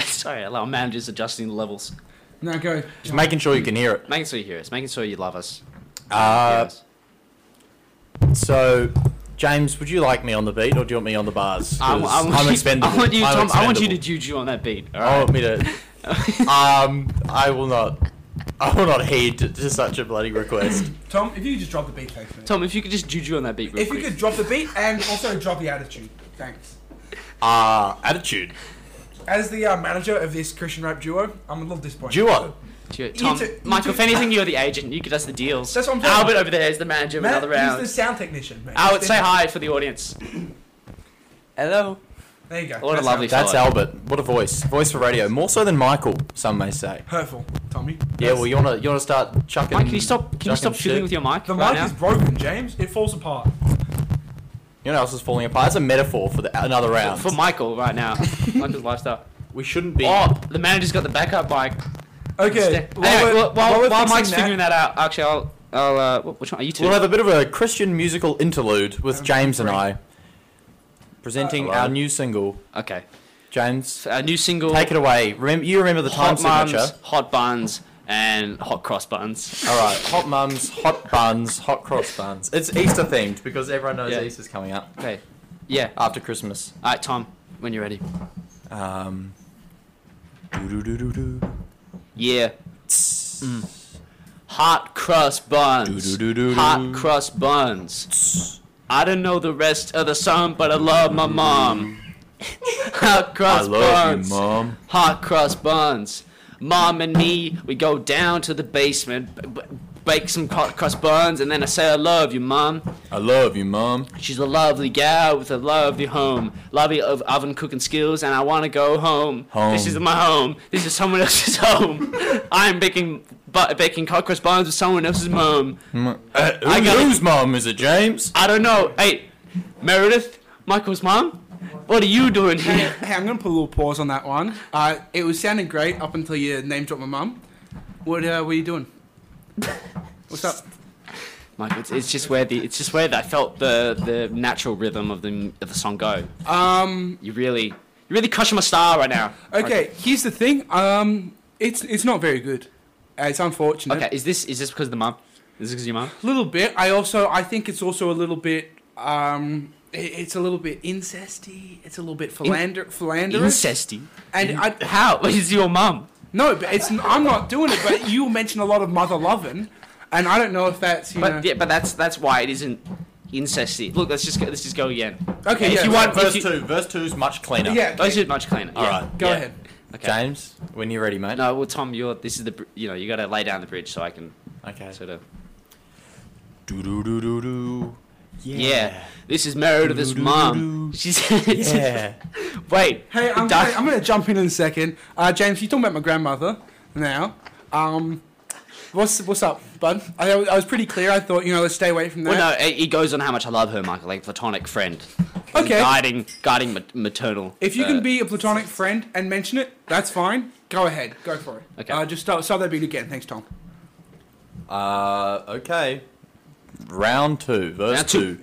B: Sorry, hello, man, I'm just adjusting the levels.
D: No, go.
C: Just making sure you can hear it.
B: Making sure you hear us. Making sure you love us.
C: Uh,
B: Yes.
C: so, James, would you like me on the beat or do you want me on the bars?
B: I, wa- I
C: 'Cause
B: want
C: I'm
B: you,
C: expendable.
B: I want you,
C: I'm
B: Tom. I want you to
C: expendable. Oh.
B: juju on that beat. All
C: I
B: right.
C: want
B: (laughs)
C: me to. um, I will not. I will not heed to, to such a bloody request.
D: Tom, if you could just drop the beat, thanks, mate.
B: Tom, if you could just juju on that beat real
D: if you
B: quick.
D: could drop the beat and also drop the attitude, thanks.
C: Ah, attitude.
D: As the uh, manager of this Christian rap duo, I'm a little disappointed.
C: Duo.
B: Ju- Tom,
D: two- you
B: Michael,
D: two-
B: if anything, you're the agent. You could us the deals.
D: That's what I'm saying.
B: Albert over there is the manager of
D: Matt,
B: another round. Oh,
D: He's the sound technician, mate.
B: Albert, say hi for the audience. Hello.
D: There you go.
B: What a
D: That's
B: lovely
D: how-
C: That's
B: Solid.
C: Albert. What a voice. Voice for radio. More so than Michael, some may say.
D: Hurtful, Tommy.
C: Yeah,
D: That's-
C: well, you wanna you wanna start chucking.
B: Mike, can you stop? Can you stop fiddling with your mic
D: The
B: right
D: mic
B: now?
D: is broken, James. It falls apart.
C: You know, what else is falling apart. It's a metaphor for the, another round.
B: for Michael right
C: (laughs)
B: now. Michael's lifestyle.
C: we shouldn't be.
B: Oh, the manager's got the backup mic.
D: Okay.
B: Anyway, while, while,
D: we're fixing
B: Mike's
D: that-
B: figuring that out, actually, I'll. I'll uh, wh- which one are you 2
C: We'll have a bit of a Christian musical interlude with
D: Um,
C: James and
D: great.
C: I, presenting
B: Hello.
C: our new single.
B: okay.
C: James,
B: Uh, So our new single.
C: take it away. Remember, you remember the time
B: hot mums,
C: signature.
B: hot buns, and hot cross buns.
C: All right, hot mums, hot buns, hot cross buns. It's Easter themed because everyone knows
B: Yeah.
C: Easter's coming up
B: Okay. Yeah.
C: after Christmas.
B: All right, Tom. When you're ready.
C: Um, doo-doo-doo-doo-doo.
B: Yeah. Mm. Hot crust buns.
C: Do-do-do-do-do.
B: Hot crust buns. I don't know the rest of the song, but I love my
C: (laughs)
B: mom. Hot
C: I
B: crust
C: love
B: buns.
C: you, mom.
B: hot cross buns. Mom and me, we go down to the basement, b- b- bake some hot cross buns, and then I say I love you, mom.
C: I love you, mom.
B: She's a lovely gal with a lovely home, lovely of oven cooking skills, and I want to go home.
C: Home.
B: This is my home. This is someone else's (laughs) home. I'm baking bu- baking hot cross buns with someone else's mom.
C: Mm. Uh, who,
B: I gotta-
C: whose mom is it, James?
B: I don't know. Hey, Meredith, Michael's mom, what are you doing
D: Hey, (laughs)
B: here?
D: hey, I'm gonna put a little pause on that one. Uh, it was sounding great up until you name dropped my mum. What uh, were you doing? What's up?
B: Michael, it's, it's just where the it's just where I felt the the natural rhythm of the of the song go.
D: Um.
B: You really, you really crushing my star right now.
D: Okay. Here's the thing. Um. It's it's not very good. Uh, it's unfortunate.
B: Okay. Is this is this because of the mum? Is this because of your mum?
D: A little bit. I also I think it's also a little bit. Um. it- It's a little bit incesty. It's a little bit philander philanderous.
B: Incesty.
D: And I
B: How (laughs) is your mum?
D: No, but it's I'm not doing it. But you mentioned a lot of mother loving, and I don't know if that's you know.
B: But yeah, but that's that's why it isn't incesty. Look, let's just go, let's just go again.
D: Okay,
B: if
D: yeah,
B: you
D: so
B: want,
C: verse
B: if you,
C: two. Verse two is much cleaner.
D: Yeah,
B: those are much cleaner.
C: All
B: yeah.
C: right.
D: Go
C: yeah.
D: ahead.
B: Okay.
C: James, when you're ready, mate.
B: No, well, Tom, you're. This is the. br- You know, you got to lay down the bridge so I can
C: Okay.
B: sort of.
C: Do do do do do.
B: Yeah. This is Meredith's mom. She's.
C: Yeah.
B: (laughs) Wait.
D: Hey, I'm,
B: Doc-
D: gonna, I'm gonna jump in in a second. Uh, James, you talking about my grandmother now? Um, what's what's up, bud? I, I was pretty clear. I thought you know let's stay away from that.
B: Well, no, it, it goes on how much I love her, Michael, like platonic friend.
D: Okay.
B: Guiding, guiding ma- maternal.
D: If you
B: uh,
D: can be a platonic friend and mention it, that's fine. Go ahead, go for it.
B: Okay.
D: Uh, just start, start that beat again. Thanks, Tom.
C: (laughs) Uh, okay. Round two. Verse
B: Round two.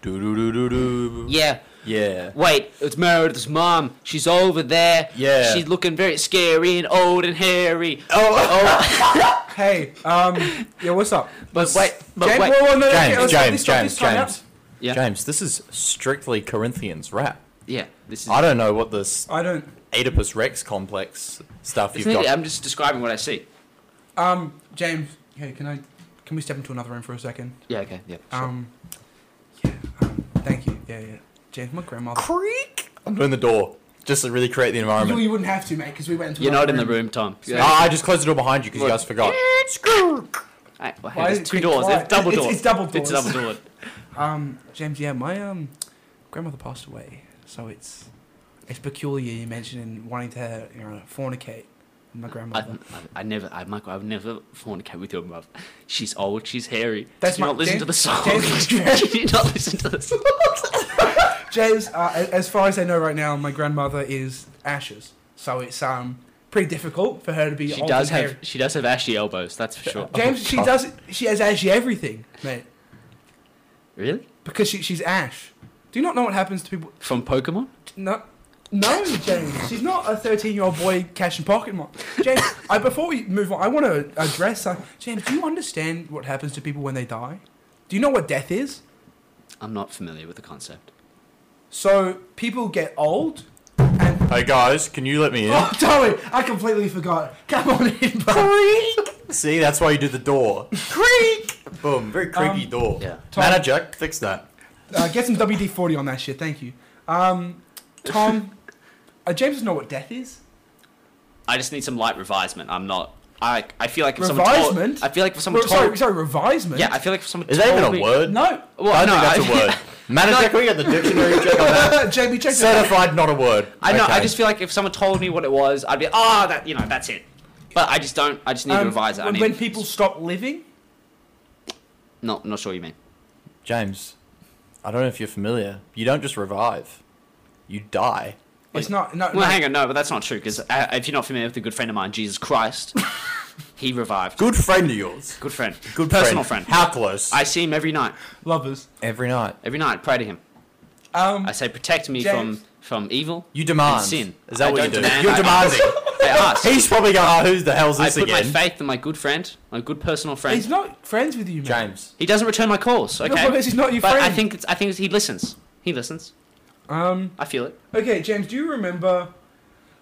C: two. Do do do do do.
B: Yeah.
C: Yeah.
B: Wait, it's Meredith's mom. She's over there.
C: Yeah.
B: She's looking very scary and old and hairy.
D: Oh.
B: Oh,
D: (laughs) Hey,
B: (laughs)
D: um, yeah, what's up?
B: But wait, but
D: James,
B: wait.
D: whoa, whoa, no, no, okay, let's
C: James,
D: start this
C: James,
D: time-
C: James,
D: this time
C: James.
B: Yeah.
C: James, this is strictly Corinthians rap.
B: Yeah. This is.
C: I don't know what this
D: out. I don't.
C: Oedipus Rex complex stuff you've
B: Isn't it?
C: got.
B: I'm just describing what I see.
D: Um, James, hey, can I? Can we step into another room for a second?
B: Yeah. Okay. Yeah.
D: Um, yeah. Um, thank you. Yeah, yeah. James, my grandmother.
C: Creak. I'm doing the door just to really create the
D: You,
C: environment.
D: you wouldn't have to, mate, because we went into.
B: You're not
D: another
B: in the room, Tom.
C: Ah, I just closed the door behind you because you guys forgot.
B: Hey, well, hey,
D: Why is
B: there's
D: it
B: two
D: being
B: doors.
D: quiet?
B: It's double
D: It's-
B: door.
D: it's double
B: It's
D: doors.
B: double door.
D: Um, James, yeah, my um, grandmother passed away, so it's it's peculiar you mentioning wanting to you know fornicate with my
B: I,
D: grandmother.
B: I, I never, I, Michael, I've never fornicate with your mother. She's old. She's hairy.
D: That's
B: Did you
D: my-
B: not listen to the song. (laughs)
D: James-
B: Did you not listen to the song.
D: James, uh, a- as far as I know right now, my grandmother is ashes, so it's um pretty difficult for her to be.
B: She
D: old
B: does
D: and
B: have,
D: hairy.
B: she does have ashy elbows. That's for sure.
D: James, she
C: God.
D: does. She has ashy everything, mate,
B: Really?
D: because she, she's ash. Do you not know what happens to people?
B: From Pokemon?
D: No. No, James. She's not a 13 year old boy cashing pocket money. James, I, before we move on, I want to address something. James, do you understand what happens to people when they die? Do you know what death is?
B: I'm not familiar with the concept.
D: So, people get old and.
C: Hey guys, can you let me in?
D: Oh, Tommy, I completely forgot. Come on in, bud.
C: See, that's why you do
D: (laughs)
C: the door.
D: Creak!
C: Boom, very creaky
D: Um,
C: door.
B: yeah.
D: Tom-
C: Manager, fix that.
D: Uh, get some WD 40 on that shit, thank you. Um, Tom, uh, James doesn't know what death is?
B: I just need some light revisement. I'm not. I I feel like if someone
D: Revisement?
B: told. I feel like if someone
D: Re- sorry,
B: told.
D: sorry, revisement?
B: Yeah, I feel like if someone
C: Is that
B: told
C: even a
B: me-
C: word?
D: No.
B: Well,
C: I
B: (laughs)
C: don't
B: no,
C: think that's a word. Manager, can we get the dictionary check on that?
D: JB, (laughs) check that out.
C: Certified, not a word.
B: I know. I
C: Okay.
B: just feel like if someone told me what it was, I'd be ah, that you know, that's it. But I just don't. I just need to
D: Um,
B: revise it. I
D: when-
B: need,
D: when people stop living,
B: No, not sure what you mean.
C: James, I don't know if you're familiar. You don't just revive, you die.
D: It's not. No,
B: Well,
D: no.
B: hang on, no, but that's not true because uh, if you're not familiar with a good friend of mine, Jesus
D: (laughs)
B: Christ, he revived.
C: Good friend of yours.
B: Good friend.
C: Good
B: personal friend.
C: How close?
B: I see him every night.
D: Lovers.
C: Every night.
B: Every night, pray to him.
D: Um,
B: I say, protect me
D: James.
B: from from evil.
C: You demand.
B: And sin.
C: Is that
B: I
C: what you
B: don't
C: do?
B: demand.
C: You're
B: I- (laughs)
C: demanding.
B: I
D: (laughs)
B: ask.
C: He's probably going, oh, who's the hell's
B: I
C: this
B: put my
C: again?
B: faith in my good friend, my good personal friend.
D: he's not friends with you, man.
C: James.
B: He doesn't return my calls.
D: (laughs) No,
B: Okay.
D: because he's not your
B: but I
D: friend.
B: think it's, I think it's, he listens. He listens.
D: Um.
B: I feel it.
D: Okay, James. Do you remember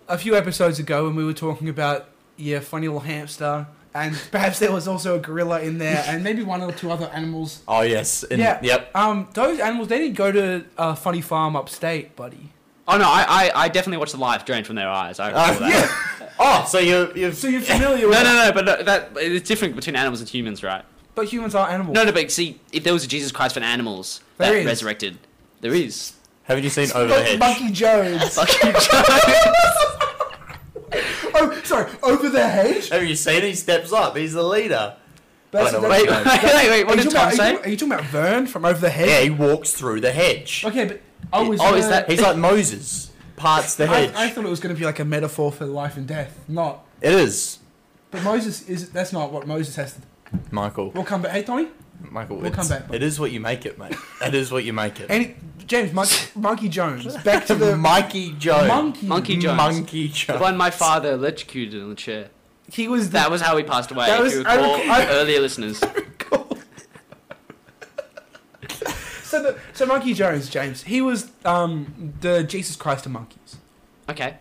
D: a few episodes ago when we were talking about your funny little hamster, and (laughs) perhaps there was also a gorilla in there, and maybe one or two other animals.
C: Oh, yes. In-
D: yeah.
C: Yep.
D: Um. Those animals, they didn't go to a funny farm upstate, buddy.
B: Oh no, I, I, I definitely watched the life drain from their eyes. I recall
C: Uh,
B: that.
C: (laughs) Oh, so you're, you've.
D: So
B: (laughs)
D: you're familiar with.
B: No, no, no, but no, that it's different between animals and humans, right?
D: But humans are animals.
B: No, no, but see, if there was a Jesus Christ for animals that
D: There is.
B: resurrected, there
D: (laughs)
B: is. (laughs)
C: haven't you seen Over the
D: Not
C: Hedge?
D: Monkey Jones.
B: Fucking
D: (laughs) oh, sorry. Over the hedge.
C: Have you seen? He steps up. He's the leader.
D: That's,
C: I know
D: that's-
B: wait,
C: what
B: wait,
C: James.
B: wait, wait,
D: are
B: what
D: you
B: did
D: talking
B: Tom say?
D: about- Are you, are you talking about Vern from Over the Hedge?
C: Yeah, he walks through the hedge.
D: Okay, but oh, is
B: Oh, is
D: there-
B: that-
C: He's like Moses, parts the hedge.
D: I, I thought it was going to be like a metaphor for life and death, not.
C: it is,
D: But Moses is that's not what Moses has. To,
C: Michael.
D: we'll come back. Hey, Tommy.
C: Michael,
D: we'll
C: it's-
D: come back, bud.
C: It is what you make it, mate. It is what you make it.
D: Any James (laughs) Mon- Monkey Jones back to the
C: Mikey Jones.
D: monkey.
B: Monkey Jones.
C: Monkey
B: The
C: Jones.
B: one my father electrocuted in the chair.
D: He was the,
B: That was how he passed away.
D: That
B: if
D: was-
B: you
D: I
B: recall,
D: rec- I-
B: earlier listeners.
D: so the, so Monkey Jones James. He was um the Jesus Christ of monkeys.
B: Okay.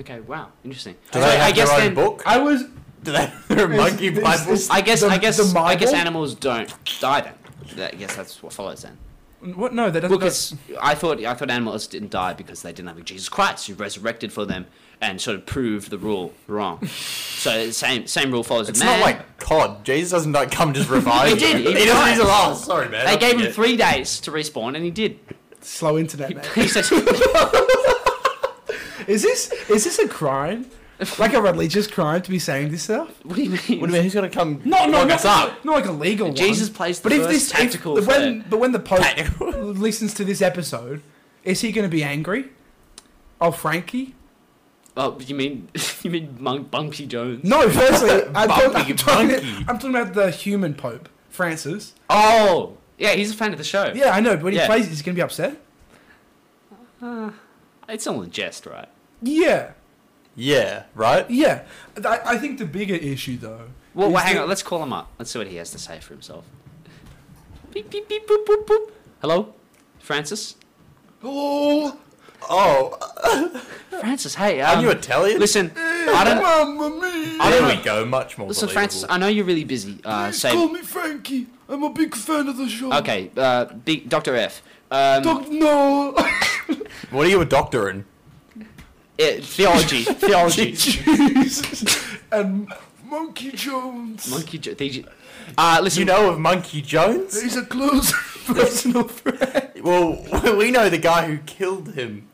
B: Okay. Wow. Interesting.
C: Do they
B: So
C: have
B: I guess
C: their own
B: then,
C: book?
D: I was.
C: Do they have their monkey
D: this-
C: Bible?
D: this-
B: I guess.
D: The-
B: I guess.
D: the
B: I guess
D: Bible?
B: animals don't die then. That- I guess that's what follows then.
E: What? No, that doesn't.
B: Well, 'cause I thought I thought animals didn't die because they didn't have a Jesus Christ who resurrected for them and sort of proved the rule
D: (laughs)
B: wrong. so the same same rule follows.
C: It's
B: man.
C: not like COD. Jesus doesn't like come just revive
B: He
C: you.
B: did, he
C: He doesn't.
B: died.
C: He's like, oh, sorry, man.
B: they
C: I
B: gave him
C: forget."
B: three days to respawn, and he
D: (laughs)
B: did.
D: Slow internet, mate.
B: He said- (laughs)
D: Is this is this a crime? Like a religious crime to be saying this stuff?
B: "What do you mean?
C: What do you mean? Who's gonna come?
D: No, no,
C: fuck
D: not,
C: us up.
D: not like a legal one.
B: Jesus plays the
D: But if
B: first
D: this, if,
B: tactical
D: but when,
B: threat.
D: but when
B: (laughs)
D: the Pope
C: Tactical.
D: listens to this episode, is he going to be angry? Oh, Frankie?
B: Oh, you mean (laughs) you mean Monk Bumpy Jones? (laughs)
D: No, firstly, I'm, talking,
C: Bumpy
D: I'm, talking,
C: monkey.
D: I'm talking about the human Pope, Francis.
B: Oh, yeah, he's a fan of the show.
D: Yeah, I know, but when he
B: Yeah.
D: plays it, he's going to be upset.
B: It's all in jest, right?
D: Yeah,
C: Yeah, right.
D: yeah. I, I think the bigger issue, though.
B: Well,
D: is
B: well hang
D: that-
B: on. Let's call him up. Let's see what he has to say for himself. Beep beep beep boop boop boop. Hello, Francis.
C: Oh, oh.
B: Francis, hey. Um,
C: Are you Italian?
B: Listen, I don't.
D: Mamma mia!
B: I
C: there
B: don't
C: we
B: know.
C: go. Much more.
B: Listen,
C: believable.
B: Francis, I know you're really busy. Uh,
D: Please
B: save.
D: Call me Frankie. I'm a big fan of the show.
B: Okay, uh, big Doctor F. Um,
D: Doc, no. (laughs)
C: What are you a doctor in?
B: eh,
C: (laughs)
B: theology, theology.
D: and Monkey Jones.
B: Monkey. Jo- the- uh, listen.
C: You know of Monkey Jones?
D: He's a close personal friend.
C: Well, we know the guy who killed him.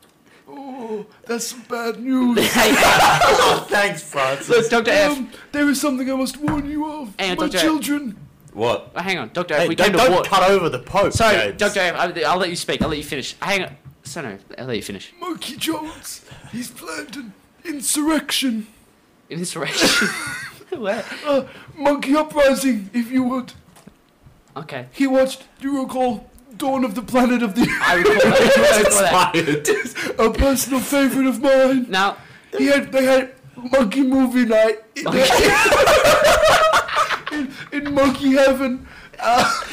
D: Oh, that's some bad news.
B: (laughs) Hey, uh,
C: Oh, thanks, Francis.
B: look, (laughs) Doctor F.
D: Um, there is something I must warn you of.
B: Hey,
D: My
B: Dr.
D: children.
C: What?
B: Oh, hang on, Doctor F.
C: Hey,
B: we
C: don't,
B: came to
C: don't
B: war.
C: cut over the Pope.
B: Sorry,
C: James.
B: Doctor F. I'll, I'll let you speak. I'll let you finish. Hang on. So no, I'll let you finish. (laughs)
D: Monkey Jones. He's planned an insurrection.
B: Insurrection. (laughs) Where?
D: Uh, monkey uprising, if you would.
B: Okay.
D: He watched Eurocall Dawn of the Planet of the
B: (laughs) I recall that. I recall that.
D: (laughs) a personal favorite of mine.
B: Now,
D: He had they had monkey
B: (laughs)
D: movie night in, (laughs) in, in monkey heaven. Uh,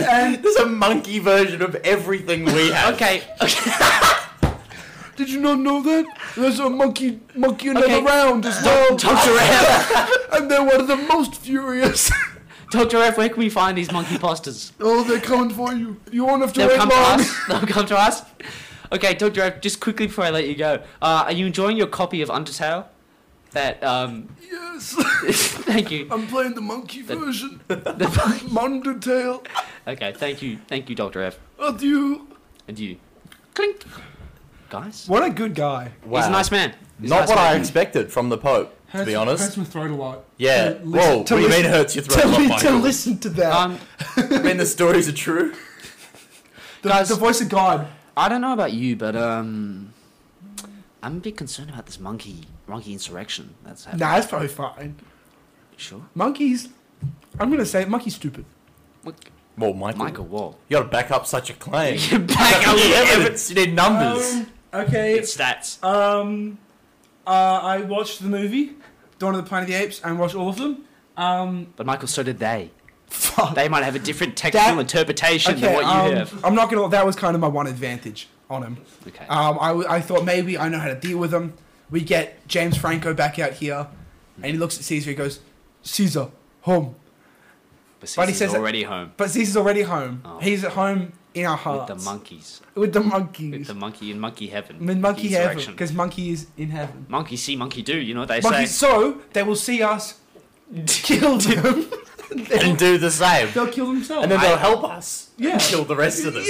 C: And there's a monkey version of everything we have. (laughs)
B: okay, okay,
D: Did you not know that? There's a monkey monkey another
B: Okay.
D: round as well.
B: Doctor
C: (laughs)
B: F.
D: and they're one of the most furious. (laughs)
B: Doctor F. Where can we find these monkey posters?
D: oh, they're coming for you. You won't have to
B: They'll
D: wait
B: come to
D: long.
B: us. They'll come to us. Okay, Doctor F. Just quickly before I let you go, uh, are you enjoying your copy of Undertale? That um,
D: (laughs)
B: (laughs)
D: Yes. (laughs)
B: thank you.
D: I'm playing the monkey version.
B: (laughs)
D: (laughs)
B: The-
D: Mondertail.
B: okay, thank you, thank you, Doctor F.
D: Adieu.
B: And you, clink, guys.
D: What a good guy.
C: Wow.
B: He's a nice man. He's a
C: Not
B: nice
C: what I
B: man.
C: expected from the Pope, to be honest.
D: my throat a lot.
C: Yeah.
D: To
C: Whoa. What
D: to
C: do you mean
D: listen-
C: it hurts your
D: (laughs)
C: throat?
D: To,
C: a lot,
D: li- to
C: Michael?
D: listen to that.
B: Um,
C: I mean, the stories are true.
D: the,
B: guys-
D: the voice of God.
B: I don't know about you, but um, I'm a bit concerned about this monkey monkey insurrection that's happening.
D: Nah, it's probably fine.
B: Sure.
D: Monkeys. I'm gonna say it, monkey's stupid.
B: Look,
C: Well, Michael,
B: Michael Wall.
C: you got to back up such
D: (laughs)
C: a claim.
B: You back
C: You
B: up
C: need
B: the
C: evidence. Um, You need numbers.
D: Um, okay.
B: It's stats.
D: Um, uh, I watched the movie Dawn of the Planet of the Apes and watched all of them. Um,
B: But Michael, so did they.
D: fuck.
B: They might have a different technical
D: That-
B: interpretation than what you
D: um,
B: have.
D: I'm not gonna. That was kind of my one advantage on him.
B: Okay.
D: Um, I, w- I thought maybe I know how to deal with him. We get James Franco back out here, and he looks at Caesar. He goes, Caesar, home.
B: but
D: but he
B: Caesar's
D: says that-
B: already home
D: But Caesar's already home.
B: Oh.
D: He's at home in our
B: with
D: hearts
B: the monkeys,
D: With the monkeys.
B: with the monkey in monkey heaven.
D: I mean, monkey heaven,
B: insurrection.
D: because monkey is in heaven.
B: Monkey see, monkey do. You know what they
D: Monkey,
B: say.
D: so they will
B: (laughs)
D: see us kill them.
C: and do the same.
D: They'll kill themselves.
C: And then they'll help us
D: Yeah.
C: kill the
D: (laughs)
C: rest of them.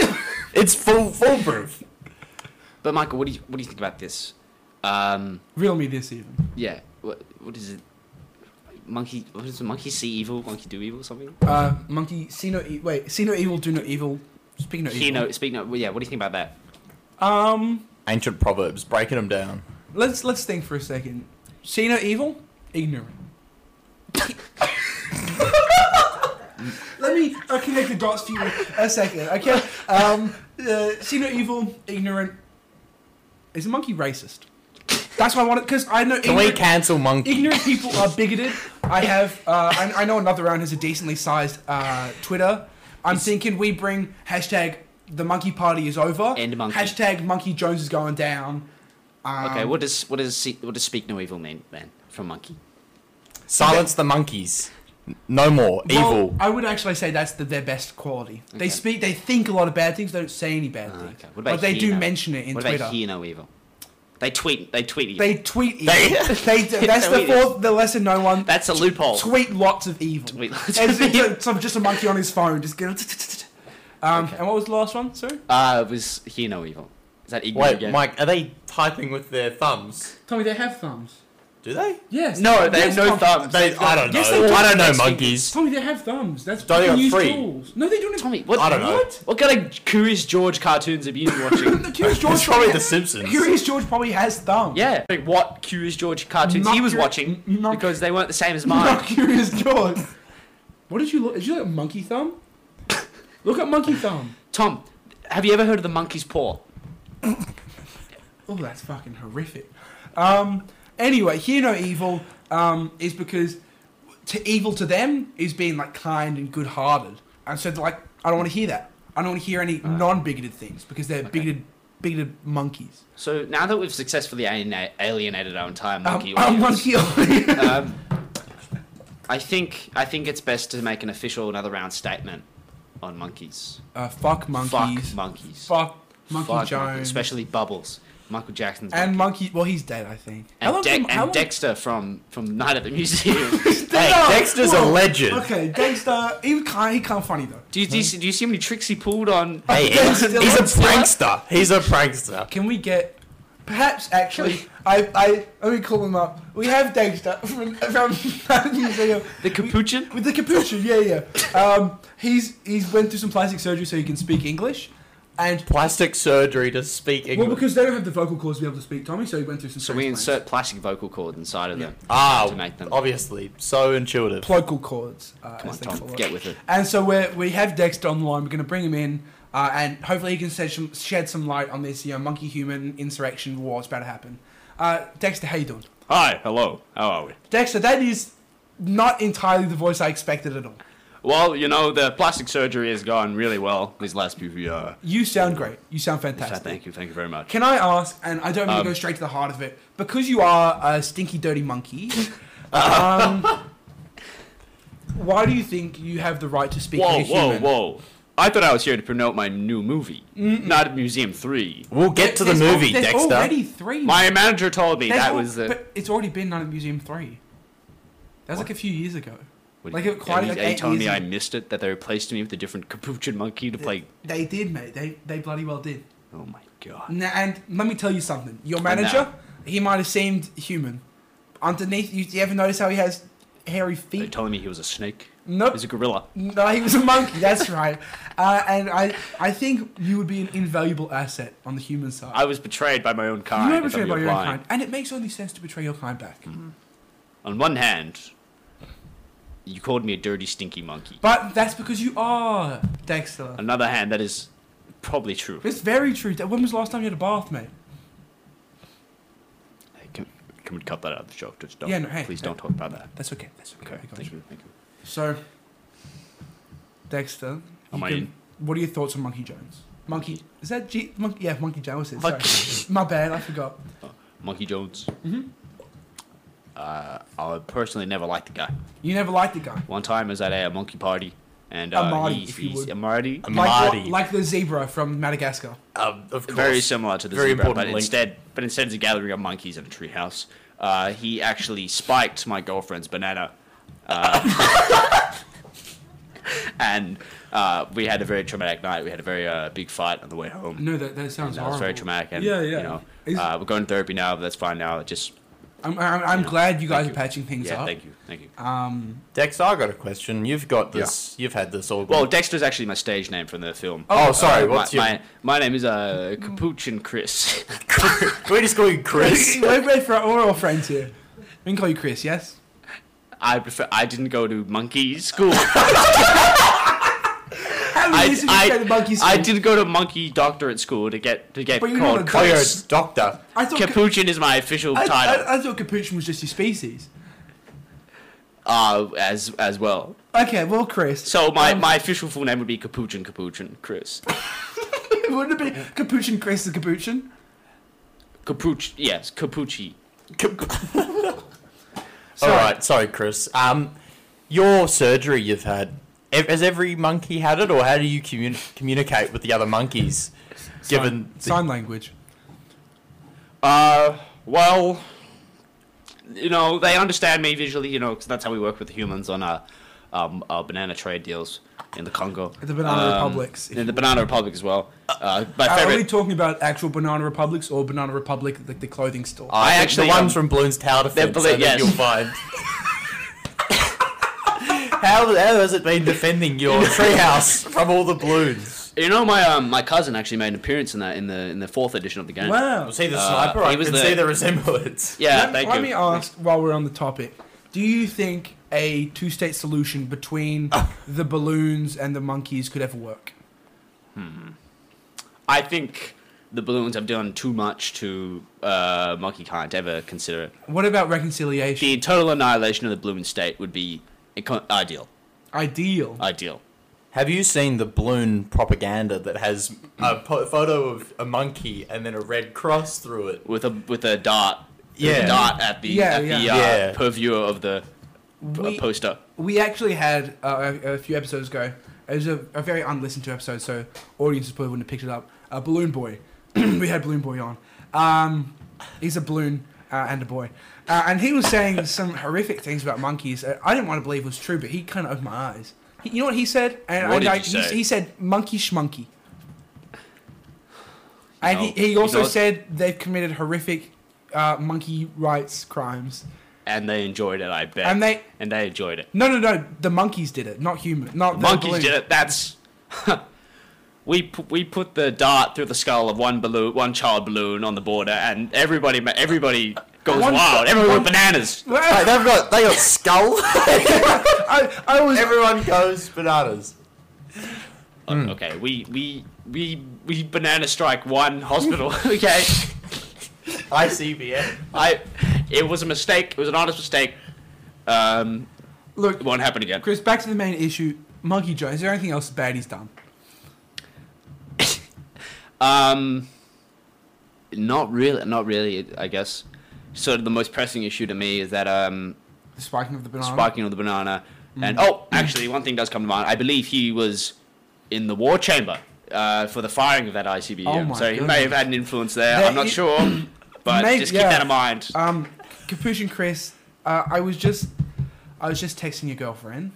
C: It's full foolproof.
B: But Michael, what do you what do you think about this? Um,
D: Real me this even.
B: yeah. What what is it? Monkey. What is it? Monkey see evil, monkey do evil, something.
D: Uh, monkey, see no e- wait, see no evil, do no evil. Speak no
B: Hear
D: evil.
C: e-
B: no, speak no. Well, yeah. What do you think about that?
D: Um,
C: Ancient proverbs, breaking them down.
D: let's let's think for a second. See no evil,
C: (laughs)
D: ignorant. Let me uh, connect the dots for you a second, okay? Um, uh, see no evil, ignorant. Is a monkey racist? That's why I wanted because I know.
C: Can we
D: ignorant-
C: cancel monkey?
D: Ignorant people are bigoted. I have. Uh, I, I know another round has a decently sized uh, Twitter. I'm thinking we bring hashtag the monkey party is over.
B: End monkey.
D: Hashtag monkey Jones is going down. Um,
F: okay, what does what does see- what does speak no evil mean, man? From monkey.
C: Silence the monkeys. N- No more evil.
D: Well, I would actually say that's the, their best quality.
F: Okay.
D: They speak, they think a lot of bad things. They don't say any bad
F: Ah,
D: things,
F: okay. What about
D: Uh, but they
F: hear
D: do
F: no-
D: mention it in
F: what
D: Twitter.
F: about hear no evil? They tweet. They tweet. Evil.
D: They
F: (laughs)
D: tweet evil.
F: They-
D: They, do that's
F: They
D: the
F: tweet
D: fourth, the lesser known one.
F: That's a loophole.
D: Tweet lots of evil.
F: Tweet Oh. lots
D: And
F: of
D: it's
F: evil.
D: just- some- just a monkey on his phone, just going. Um,
F: Okay.
D: And what was the last one? Sorry,
F: Ah, it was hear no evil. Is that ignorant?
C: Wait, Mike, are they typing with their thumbs?
D: Tommy, they have thumbs.
C: Do they?
D: Yes.
F: No, they have no
D: Tom-
F: thumbs.
C: They, I don't know.
D: Yes, they do.
C: I don't know monkeys.
D: Tommy, they have thumbs. That's
C: Don't they
D: fucking
C: got
D: use
C: three?
D: tools. No, they don't. Have,
F: Tommy, what?
C: I don't know.
F: What, what kind of Curious George cartoons have you been
D: (laughs)
F: watching?
D: The Curious George
C: (laughs) It's probably
D: probably.
C: The Simpsons.
D: Curious George probably has thumbs.
F: yeah, like what Curious George cartoons
D: Not
F: he was
D: Curi-
F: watching
D: n- (laughs) not-
F: because they weren't the same as
D: Not
F: mine.
D: Curious George. What did you look? Did you look at Monkey Thumb? Look at Monkey Thumb.
F: Tom, have you ever heard of the monkey's paw?
D: Oh, that's fucking horrific. Um, anyway, hear no evil um, is because to evil to them is being like kind and good-hearted, and so like I don't want to hear that. I don't want to hear any non-bigoted things because they're bigoted, bigoted monkeys.
F: So now that we've successfully aliena- alienated our entire monkey
D: um, um,
F: audience,
D: monkey audience.
F: (laughs) um, I think I think it's best to make an official another round statement on monkeys.
D: Uh, fuck monkeys.
F: Fuck monkeys.
D: Fuck, Monkey
F: Fuck monkeys,
D: Jones.
F: especially Bubbles, Michael Jackson's
D: and
F: monkey.
D: monkey. Well, he's dead, I think. How
F: and,
D: long's
F: De-
D: the- how
F: and
D: long-
F: Dexter from from Night at the
D: (laughs)
F: Museum.
C: Hey,
D: No,
C: Dexter's a
D: well,
C: legend.
D: Okay, Dexter. He can't. He can't funny though.
F: do, you, do, you, see- do you see how many tricks he pulled on?
C: Hey, he's,
D: Still
C: he's a
D: on, still on.
C: prankster. He's a prankster.
D: Can we get? Perhaps actually, I, I let me call him up. We have Dexter (laughs) from from the museum
F: The capuchin?
D: with the capuchin. Yeah, yeah. Um, he's he's went through some plastic surgery so he can speak English, and
C: Plastic surgery to speak English.
D: well because they don't have the vocal cords to be able to speak Tommy, so he went through some.
F: So we
D: transplants.
F: insert plastic vocal cord inside of them.
C: ah,
F: to make them-
C: obviously, so intuitive.
D: Plugal cords. Uh,
F: Come on,
D: as they call
F: Tom,
D: it.
F: get with it.
D: And so we we have Dexter on the line. We're going to bring him in, uh, and hopefully he can shed some, shed some light on this, you know, monkey human insurrection war that's about to happen. Uh, Dexter, how you doing?
B: Hi, hello, how are we?
D: Dexter, that is not entirely the voice I expected at all.
B: Well, you know, the plastic surgery has gone really well these last few years.
D: You sound great. You sound fantastic.
B: Thank you, thank you very much.
D: Can I ask, and I don't mean
B: Um,
D: to go straight to the heart of it, because you are a stinky, dirty
B: (laughs)
D: monkey, um, why do you think you have the right to speak
B: Whoa,
D: like a
B: whoa,
D: human?
B: whoa. I thought I was here to promote my new movie, not at Museum 3.
C: We'll get to the
D: There's al-
C: movie,
D: there's
C: Dexter.
D: already three.
B: My manager told me
D: There's
B: that
D: al-
B: was the.
D: But it's already been Night at the Museum 3. That was like a few years ago.
B: What do
D: like,
B: you-
D: it quite
B: are you,
D: like
B: are you
D: eight
B: telling me
D: years
B: I
D: ago.
B: missed it? That they replaced me with a different capuchin monkey to play.
D: They did, mate. They, they bloody well did.
B: Oh my god.
D: Now, and let me tell you something. Your
B: know.
D: manager, he might have seemed human. Underneath, you, you ever notice how he has hairy
B: They're
D: feet?
B: telling me he was a snake.
D: Nope.
B: He's a gorilla.
D: No, he was a monkey. That's right. (laughs) Uh, and I, I think you would be an invaluable asset on the human side.
B: I was betrayed by my own kind.
D: you are
B: if I'm
D: betrayed by your own
B: lying.
D: kind, and it makes only sense to betray your kind back.
B: Mm-hmm. On one hand, you called me a dirty, stinky monkey.
D: But that's because you are Dexter.
B: On another hand, that is probably true.
D: It's very true. That- When was the last time you had a bath, mate?
B: Hey, can, can we cut that out of the show? Just don't.
D: Yeah, no, hey,
B: please
D: hey.
B: don't talk about that.
D: That's okay. That's okay.
B: Okay,
D: I got
B: thank
D: you.
B: you, thank you.
D: So, Dexter, you
B: Am I in?
D: what are your thoughts on Monkey Jones? Monkey, is that G? Monkey, yeah, Monkey Jones. Is,
B: Monkey-
D: Sorry. My bad, I forgot.
B: Monkey Jones. Mm-hmm. Uh, I personally never liked the guy.
D: You never liked the guy,
B: One time I was at a monkey party, and
D: A
B: uh,
D: Mardi,
B: he,
D: if you
B: he's
D: would.
B: a Mardi.
C: A
D: like, what,
C: Marty.
D: like the zebra from Madagascar.
C: um, of course.
B: Very similar to the
C: Very
B: zebra, but
C: important link.
B: instead, but instead it's a gathering of monkeys in a treehouse. Uh, he actually spiked my girlfriend's banana, uh, (laughs) and uh, we had a very traumatic night. We had a very uh, big fight on the way home.
D: No, that, that sounds
B: That was very traumatic, and
D: Yeah, yeah.
B: you know,
D: Is-
B: uh, we're going to therapy now. But that's fine now. Just
D: I'm, I'm, I'm
B: Yeah.
D: glad you guys
B: Thank
D: are
B: you.
D: patching things
B: yeah,
D: up. (laughs)
B: thank you, thank you.
D: Um,
C: Dex, I got a question. You've got this. You've had this all.
B: Well, Dexter's actually my stage name from the film.
C: oh, sorry.
B: Uh,
C: what's
B: my,
C: your?
B: my, my name is uh, Capuchin Chris. (laughs)
C: (laughs) Can we just call you
D: (laughs)
C: Chris?
D: we're, we're, fr- we're all friends here. We can call you Chris, yes?
B: I prefer. I didn't go to monkey school.
D: How many
B: I,
D: years have you
B: I,
D: played monkey
B: I
D: school?
B: did go to monkey doctor at school to get to get
D: But you're
B: called
D: not a
C: oh, you're a
B: Chris.
C: doctor.
D: I thought ca-
B: Capuchin is my official
D: I,
B: title,
D: I, I thought capuchin was just your species.
B: uh, as as well.
D: Okay, well, Chris.
B: So my,
D: um,
B: my official full name would be Capuchin Capuchin Chris.
D: Wouldn't it be Capuchin Chris the Capuchin?
B: Capucci. Yes, Capucci.
C: All right, sorry, Chris. Um, your surgery you've had ev- has every monkey had it, or how do you communi- communicate with the other monkeys? Given the-
D: Sign language.
B: Uh, well, you know, they understand me visually, you know, because that's how we work with the humans on our, um, our banana trade deals in the Congo. Um,
D: The Banana Republics, if
B: In the Banana Republic as well. Uh, my
D: Are we
B: favorite.
D: talking about actual Banana Republics or Banana Republic, like the clothing store?
B: I
C: think
B: actually,
C: the ones
B: um,
C: from Bloons Tower Defense.
B: blo-
C: I think
B: yes.
C: you'll find. how, how has it been
B: (laughs)
C: defending your treehouse from all the balloons?
B: You know, my um, my cousin actually made an appearance in that in the in the fourth edition of the game.
D: wow.
C: Was he the
B: Uh,
C: sniper?
B: he
C: I
B: was
C: can
B: the-
C: see the resemblance.
B: Yeah,
D: let,
B: thank
D: let
B: you.
D: me ask while we're on the topic do you think a two state solution between
B: Uh.
D: the balloons and the monkeys could ever work?
B: I think the balloons have done too much to uh, monkey kind to ever consider it.
D: What about reconciliation?
B: The total annihilation of the balloon state would be inco- ideal.
D: Ideal.
B: Ideal.
C: Have you seen the balloon propaganda that has a po- photo of a monkey and then a red cross through it?
B: with a with a dot.
C: Yeah.
B: Yeah. A dot at the
D: Yeah,
B: at the
D: yeah.
B: Uh,
C: Yeah.
B: purview of the p-
D: We-
B: poster.
D: we actually had uh, a, a few episodes ago. It was a, a very unlistened to episode, so audiences probably wouldn't have picked it up. Uh, balloon boy, (clears throat) we had balloon boy on. Um, he's a balloon uh, and a boy, uh, and he was saying (laughs) some horrific things about monkeys. that I didn't want to believe was true, but he kind of opened my eyes. He, you know what he said? And,
B: What
D: and
B: did
D: I,
B: you say?
D: He, he said monkey schmunky. And
B: know-
D: he, he
B: you
D: also
B: know-
D: said they've committed horrific uh, monkey rights crimes.
B: And they enjoyed it, I bet.
D: And they-
B: and they enjoyed it.
D: No, no, no. The monkeys did it, not human. Not the
B: Monkeys
D: balloon.
B: did it. That's (laughs) we pu- we put the dart through the skull of one balloon, one child balloon on the border, and everybody ma-
D: (laughs)
B: everybody goes
D: One-
B: wild. Everyone went bananas.
D: (laughs)
C: Hey,
D: Well,
C: they've got they
D: (laughs)
C: got skull.
D: I, I was.
C: Everyone goes bananas.
B: Oh, Okay, we we we we banana strike one hospital. (laughs) okay.
C: ICBM.
B: I, it was a mistake. It was an honest mistake. Um,
D: look,
B: it won't happen again.
D: Chris, back to the main issue. Monkey Joe, is there anything else bad he's done?
B: Um, not really. Not really. I guess. Sort of the most pressing issue to me is that um,
D: The spiking of the banana. Mm.
B: spiking of the banana. And oh, actually, one thing does come to mind. I believe he was in the war chamber uh, for the firing of that ICBM.
D: Oh my
B: so he
D: goodness.
B: may have had an influence there.
D: There
B: I'm not
D: is-
B: sure,
D: (clears throat)
B: but
D: May-
B: just keep
D: yeah.
B: that in mind.
D: Um, Capuchin Chris, uh, I was just, I was just texting your girlfriend,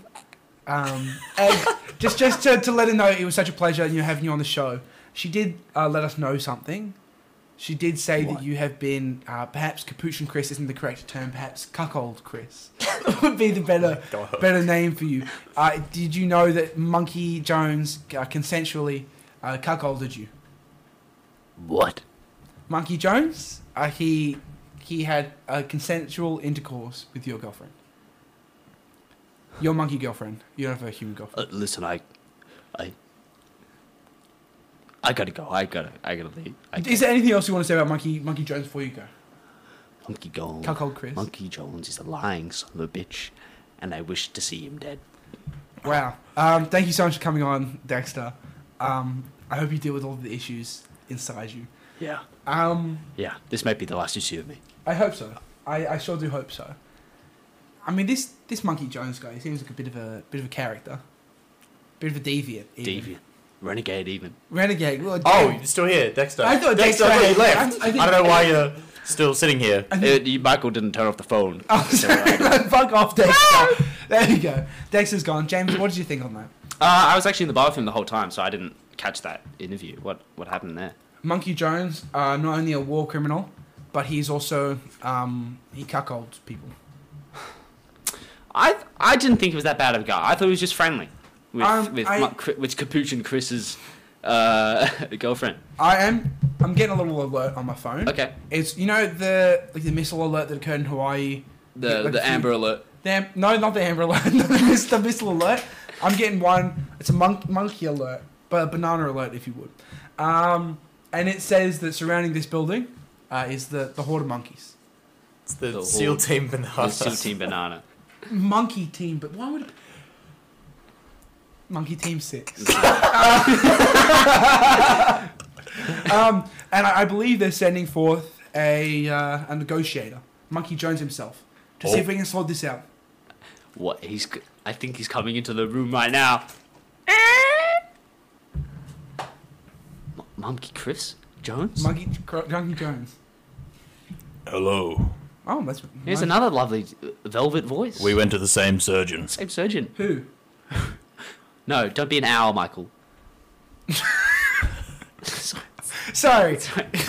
D: um, and just just to, to let her know it was such a pleasure you know, having you on the show. She did uh, let us know something. She did say that you have been uh, perhaps Capuchin Chris isn't the correct term. Perhaps cuckold Chris (laughs) would be the better
C: God.
D: better name for you. Uh, did you know that Monkey Jones uh, consensually uh, cuckolded you?
B: what?
D: Monkey Jones, uh, he he had a consensual intercourse with your girlfriend. Your monkey girlfriend. You don't have a human
B: Uh,
D: girlfriend.
B: listen, I, I, I gotta go. I gotta. I gotta leave. I
D: Is there anything else you want to say about Monkey Monkey Jones before you go?
B: Monkey Jones.
D: Cuckold Chris.
B: Monkey Jones is a lying son of a bitch, and I wish to see him dead.
D: Wow. Um, thank you so much for coming on, Dexter. Um, I hope you deal with all the issues inside you.
B: Yeah.
D: Um,
B: Yeah. This might be the last you see of me.
D: I hope so. I, I sure do hope so. I mean, this this Monkey Jones guy he seems like a bit of a bit of a character, bit of a deviant. even.
B: Deviant. Renegade even.
D: Renegade. Well,
C: Oh,
B: (laughs)
D: damn.
C: you're still here, Dexter.
D: I thought Dexter
C: I thought you
D: had-
C: left.
D: I- I
C: I,
D: think-
C: don't know why you're still sitting here.
D: I think-
B: Uh, you- Michael didn't turn off the phone.
D: Oh, sorry. (laughs) Fuck off, Dexter. there you go. Dexter's gone. James, what did you think on that?
B: Uh, I was actually in the bathroom the whole time, so I didn't catch that interview. What what happened there?
D: Monkey Jones, uh, not only a war criminal, but he's also um, he cuckolds people.
B: I I didn't think he was that bad of a guy. I thought he was just friendly with
D: Um,
B: with
D: I-
B: Mon- Cri- with Capuchin Chris's uh, (laughs) girlfriend.
D: I am. I'm getting a little alert on my phone.
B: Okay.
D: It's you know the like the missile alert that occurred in Hawaii.
B: The
D: Yeah, like a
B: the
D: few-
B: Amber Alert.
D: The am- no, not the Amber Alert. (laughs) the, miss- the missile alert. I'm getting one. It's a monk- monkey alert, but a banana alert, if you would. Um, and it says that surrounding this building uh, is the the horde of monkeys.
C: It's the,
B: The whole-
C: SEAL Team
B: The
C: Bananas.
B: SEAL Team
D: (laughs)
B: Banana.
D: monkey team, but why would it... monkey team six? um, and I, I believe they're sending forth a uh, a negotiator, Monkey Jones himself, to see if we can sort this out.
B: What? He's. c- I think he's coming into the room right now. M- Monkey Chris Jones.
D: Monkey, Cro- Monkey Jones.
C: Hello.
D: Oh, that's
B: Here's
D: Mon-
B: another lovely uh, velvet voice.
C: We went to the same surgeon.
B: Same surgeon.
D: Who?
B: No, don't be an owl, Michael.
D: Sorry,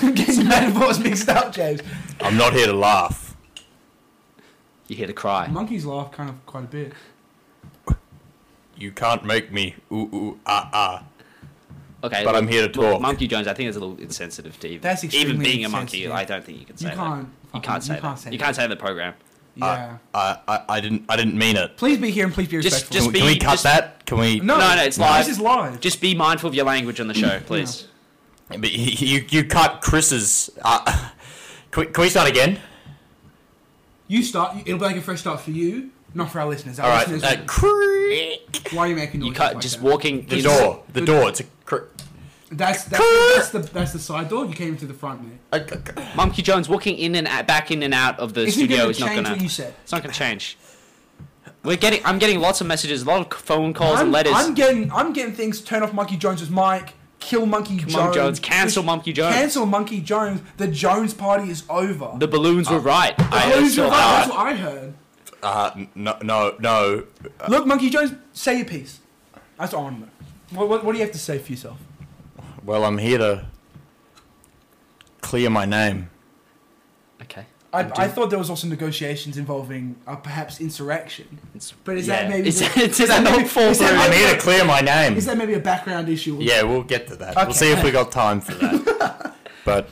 D: I'm (laughs) getting metaphors mixed up, James.
C: I'm not here to laugh.
B: You're here to cry.
D: Monkeys laugh kind of quite a bit.
C: You can't make me ooh ooh ah ah.
B: Okay,
C: But
B: look-
C: I'm here to
B: look,
C: talk.
B: Monkey Jones, I think it's a little insensitive to even,
D: That's
B: even
D: extremely
B: being a monkey.
D: insensitive.
B: I don't think you can say
D: You
B: that.
D: can't.
B: You can't say that.
D: you Can't say
B: you
D: that.
B: can't say in the program.
D: Yeah.
C: I, I, I didn't I didn't mean it.
D: Please be here and please be respectful.
B: Just
C: Can, we- can
B: be-
C: we cut
B: just-
C: that? Can we?
D: no,
B: No, no, it's live.
D: This is live.
B: Just be mindful of your language on the show, please.
C: But you you cut Chris's. Uh, (laughs) can, we, can we start again?
D: You start. It'll be like a fresh start for you, not for our listeners. Our
C: All right.
D: listeners,
C: Uh, creak.
D: why are you making noises
B: You can't
D: like
B: just
D: that?
B: walking
C: The
B: in-
C: door. The door. It's a. Cr-
D: That's that's, that's the that's the side door. You came through the front, mate.
C: a, a-
B: Monkey Jones walking in and out, back in and out of the
D: Isn't it
B: studio
D: gonna
B: is not
D: change
B: gonna.
D: what you said?
B: It's not gonna change. We're getting. I'm getting lots of messages, a lot of phone calls
D: I'm,
B: and letters.
D: I'm getting I'm getting things. Turn off Monkey Jones's mic. Kill Monkey Jones.
B: Monkey Jones, cancel
D: Just
B: Monkey Jones.
D: Cancel Monkey Jones. The Jones party is over.
B: the balloons
D: Oh.
B: were right. I
D: Who's
B: saw
D: your-
B: that.
D: that's what I heard.
C: uh, no no no.
D: Look, Monkey Jones, say your piece. That's all I'm. What, what, what do you have to say for yourself?
C: Well, I'm here to clear my name.
B: Okay.
D: I, I thought there was also negotiations involving uh, perhaps insurrection.
B: It's-
D: But (laughs) is that
C: Yeah.
D: maybe
B: It's,
D: the-
B: it's an old fall
D: is that
B: through.
C: I'm here to clear my name.
D: Is that maybe a background issue?
C: Yeah, we'll get to that.
D: Okay.
C: We'll see if we got time for that.
D: (laughs)
C: but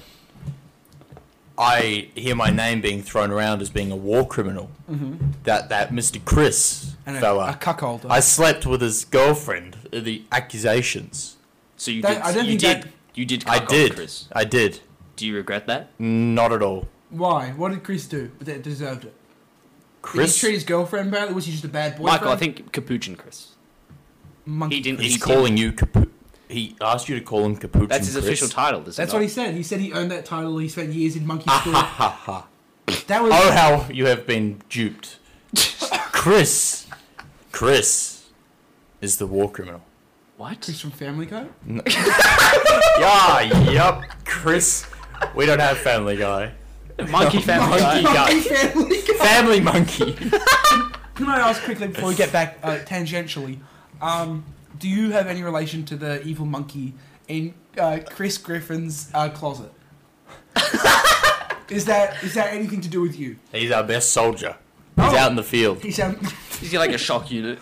C: I hear my name being thrown around as being a war criminal. Mm-hmm. That that Mr. Chris
D: And a,
C: fella.
D: a cuckold.
C: uh, I slept with his girlfriend. uh, The accusations.
B: So you
D: That-
B: did.
D: I don't
B: you
D: think
B: did.
D: that-
B: you did.
C: I
B: cuckold
C: did.
B: Chris.
C: I did.
B: Do you regret that?
C: Not at all.
D: Why? What did Chris do that deserved it? Did
C: Chris.
D: he treat his girlfriend badly? Was he just a bad boyfriend?
B: Michael, I think Capuchin Chris.
D: Monkey.
B: He didn't.
C: He's
B: he didn't-
C: calling you. Capu- he asked you to call him Capuchin.
B: That's his
C: Chris.
B: official title. Is it
D: That's
B: not?
D: what he said. He said he earned that title. He spent years in monkey
C: Ah, Ha
D: school.
C: ha ha.
D: that was.
C: Oh, how you have been
B: (laughs)
C: duped. Chris. Chris is the war criminal.
B: What?
D: Chris from Family Guy.
C: Yeah, yup, Chris. We don't have Family Guy.
B: (laughs)
C: (laughs)
B: Monkey family. guy.
C: Monkey
D: (laughs)
C: Guy.
D: Family Guy.
C: Family Monkey.
B: (laughs)
D: Can I ask quickly before we get back uh, tangentially? Um, do you have any relation to the evil monkey in uh, Chris Griffin's uh, closet? is that is that anything to do with you?
C: He's our best soldier.
B: Oh.
C: He's out in the field.
D: He sound
B: Is he like a shock
C: (laughs)
B: unit?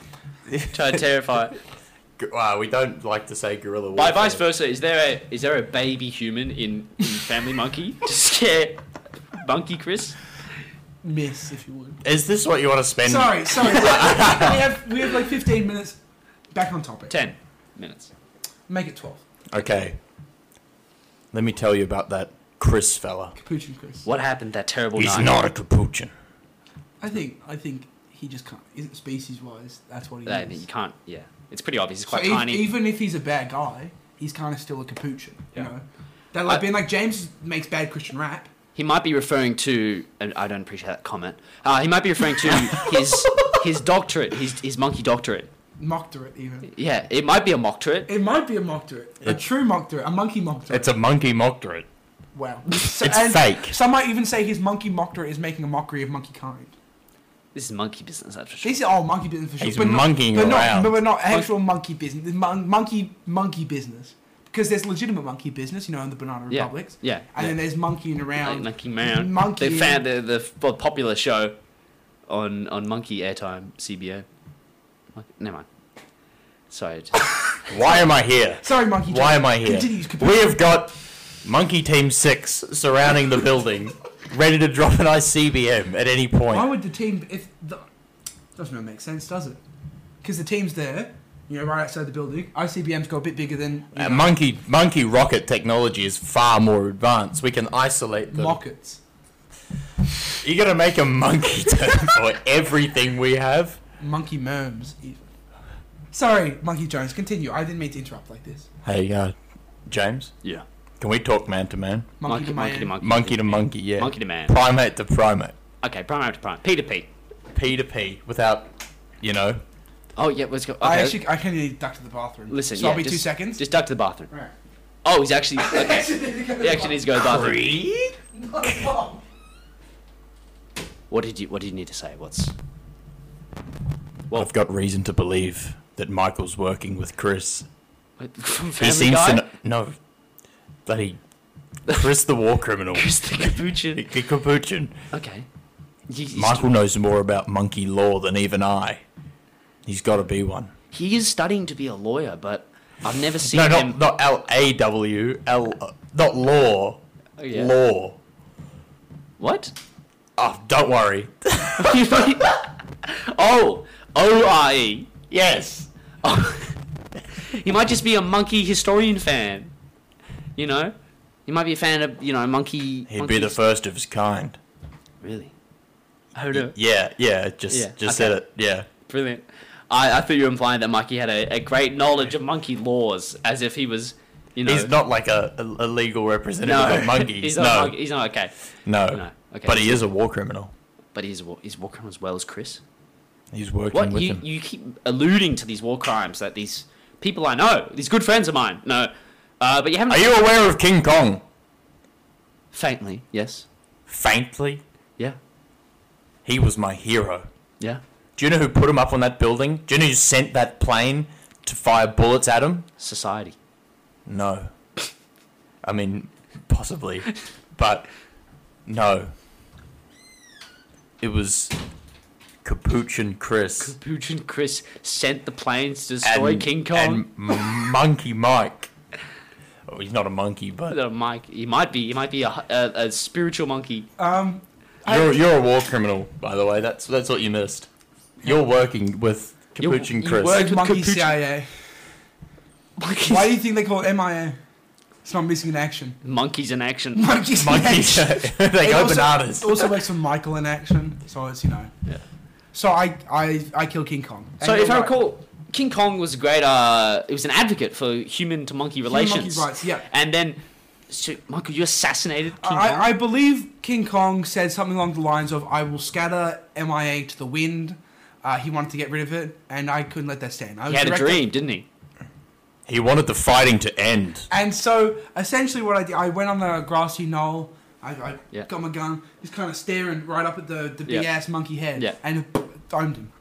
B: Trying to terrify.
C: G- Wow, we don't like to say guerrilla
B: By
C: warfare.
B: vice versa, is there a is there a baby human in, in Family Monkey (laughs) to scare Monkey Chris?
D: miss if you would.
C: Is this what you want to spend?
D: Sorry, sorry. we have we have like fifteen minutes. Back on topic.
B: Ten minutes.
D: Make it twelve.
C: Okay. Let me tell you about that Chris fella.
D: Capuchin Chris.
B: What happened that terrible
C: He's
B: night?
C: not a Capuchin.
D: I think I think he just can't. Isn't species wise? That's what he
B: That-
D: is.
B: you can't. Yeah, it's pretty obvious. He's quite
D: so e-
B: tiny.
D: even if he's a bad guy, he's kind of still a capuchin.
B: Yeah.
D: You know, that like
B: I-
D: being like James makes bad Christian rap.
B: He might be referring to, and I don't appreciate that comment. Uh, he might be referring
C: (laughs)
B: to his his doctorate, his his monkey doctorate.
D: Moctorate even.
B: Yeah, it might be a moctorate.
D: It might be a moctorate, a true moctorate, a monkey moctorate.
C: It's a monkey moctorate.
D: wow. So,
C: (laughs) It's
D: and
C: fake.
D: Some might even say his monkey moctorate is making a mockery of monkey kind.
B: This is monkey business, that's for sure.
D: These are all monkey business for sure.
C: He's
D: but not-
C: monkeying
D: but not,
C: around.
D: But we're not actual monkey business. There's mon- monkey monkey business because there's legitimate monkey business, you know, in the banana
B: yeah,
D: republics.
B: yeah.
D: And then there's monkeying around.
B: Monkey Man.
D: Monkey-
B: They found the, the f- popular show on on Monkey Airtime CBN. Mon- Never mind. Sorry. just-
C: Why am I here?
D: Sorry, monkey. Jones.
C: Why am I here?
D: Continues
C: We have got Monkey Team 6 surrounding the building, ready to drop an ICBM at any point.
D: Why would the team if the, doesn't really make sense, does it? Because the team's there, you know, right outside the building. ICBM's got a bit bigger than you
C: Uh,
D: know,
C: monkey monkey rocket technology is far more advanced. We can isolate them.
D: mockets.
C: you got to make a monkey (laughs) term for everything we have.
D: Monkey merms even. Sorry, Monkey Jones, continue. I didn't mean to interrupt like this.
C: Hey, uh, James,
B: yeah.
C: Can we talk man to man?
D: Monkey to
B: monkey to
D: man.
B: monkey.
C: Monkey to monkey, yeah.
B: Monkey to man.
C: Primate to primate.
B: Okay, primate to prime. P to P.
C: P to P without, you know.
B: Oh, yeah, let's go. Okay.
D: I actually I can need duck to the bathroom.
B: Listen,
D: so
B: yeah,
D: I'll be two
B: just-
D: seconds.
B: Just duck to the bathroom.
D: Right.
B: Oh, he's actually.
D: (laughs)
B: Okay. he actually needs to go to the bathroom.
C: Creed?
B: What did you What do you need to say? What's Well-
C: I've got reason to believe that Michael's working with Chris.
B: (laughs) from
C: he
B: Family
C: seems
B: Guy?
C: to know, no, bloody Chris the war criminal,
B: Chris the (laughs) Capuchin.
C: Hickey Capuchin.
B: Okay. He- he's-
C: Michael knows more about monkey law than even I. He's got to be one.
B: He is studying to be a lawyer, but I've never seen
C: No,
B: him.
C: not not L A W L, not law,
B: Oh, yeah.
C: law.
B: What?
C: Oh, don't worry.
B: oh, O R E.
C: Yes.
B: (laughs) He might just be a monkey historian fan. You know, he might be a fan of you know monkey.
C: He'd be the
B: monkeys.
C: first of his kind.
B: really. Oh no.
C: Yeah, yeah. Just
B: Yeah,
C: just
B: okay.
C: said it. Yeah.
B: Brilliant. I, I thought you were implying that Mikey had a, a great knowledge of monkey laws, as if he was, you know.
C: He's not like a, a, a legal (laughs) representative of
B: (laughs)
C: monkeys.
B: he's
C: no,
B: not. a monkey. He's not okay.
C: no.
B: No, okay.
C: But he is a war criminal.
B: But he's a wa- he's walking as well as Chris.
C: He's working
B: What
C: with
B: you
C: him.
B: you keep alluding to these war crimes that these people I know, these good friends of mine, no. Uh, but you haven't
C: Are you aware of King Kong?
B: faintly, yes,
C: Faintly,
B: yeah,
C: he was my hero.
B: yeah.
C: Do you know who put him up on that building? Do you know who sent that plane to fire bullets at him?
B: Society.
C: No. I mean, possibly, but no. It was Capuchin Chris
B: Pooch and Chris sent the planes to destroy King Kong.
C: and M- Monkey Mike. Oh, he's not a monkey, but
B: Uh, Mike, he might be, he might be a, hu- a, a spiritual monkey.
D: Um,
C: You're, you're a war criminal, by the way. That's that's what you missed. You're working with
B: You-
C: Capuchin
B: you
C: Chris.
B: work-
D: word monkey
B: Capuchin.
D: CIA.
B: Monkeys,
D: Why do you think they call it MIA? It's not missing in action.
B: monkeys in action.
D: Monkeys. in
C: Monkeys,
D: action.
B: (laughs)
C: they go
D: also,
C: bananas.
D: It also works for Michael in action, so it's you know.
B: Yeah.
D: So I I I kill King Kong. And
B: So
D: you're
B: if I
D: right.
B: recall, King Kong was a great, uh, it was an advocate for human to monkey
D: Human monkey
B: relations.
D: rights, yeah.
B: And then, so Michael, you assassinated King Kong.
D: I, I believe King Kong said something along the lines of "I will scatter MIA to the wind." Uh, he wanted to get rid of it, and I couldn't let that stand. I
B: he
D: was
B: had a
D: directed-
B: dream, didn't he?
C: He wanted the fighting to end.
D: And so essentially, what I did, I went on the grassy knoll. I, I
B: Yeah.
D: got my gun, just kind of staring right up at the, the big
B: Yeah.
D: ass monkey head,
B: Yeah.
D: and domed him.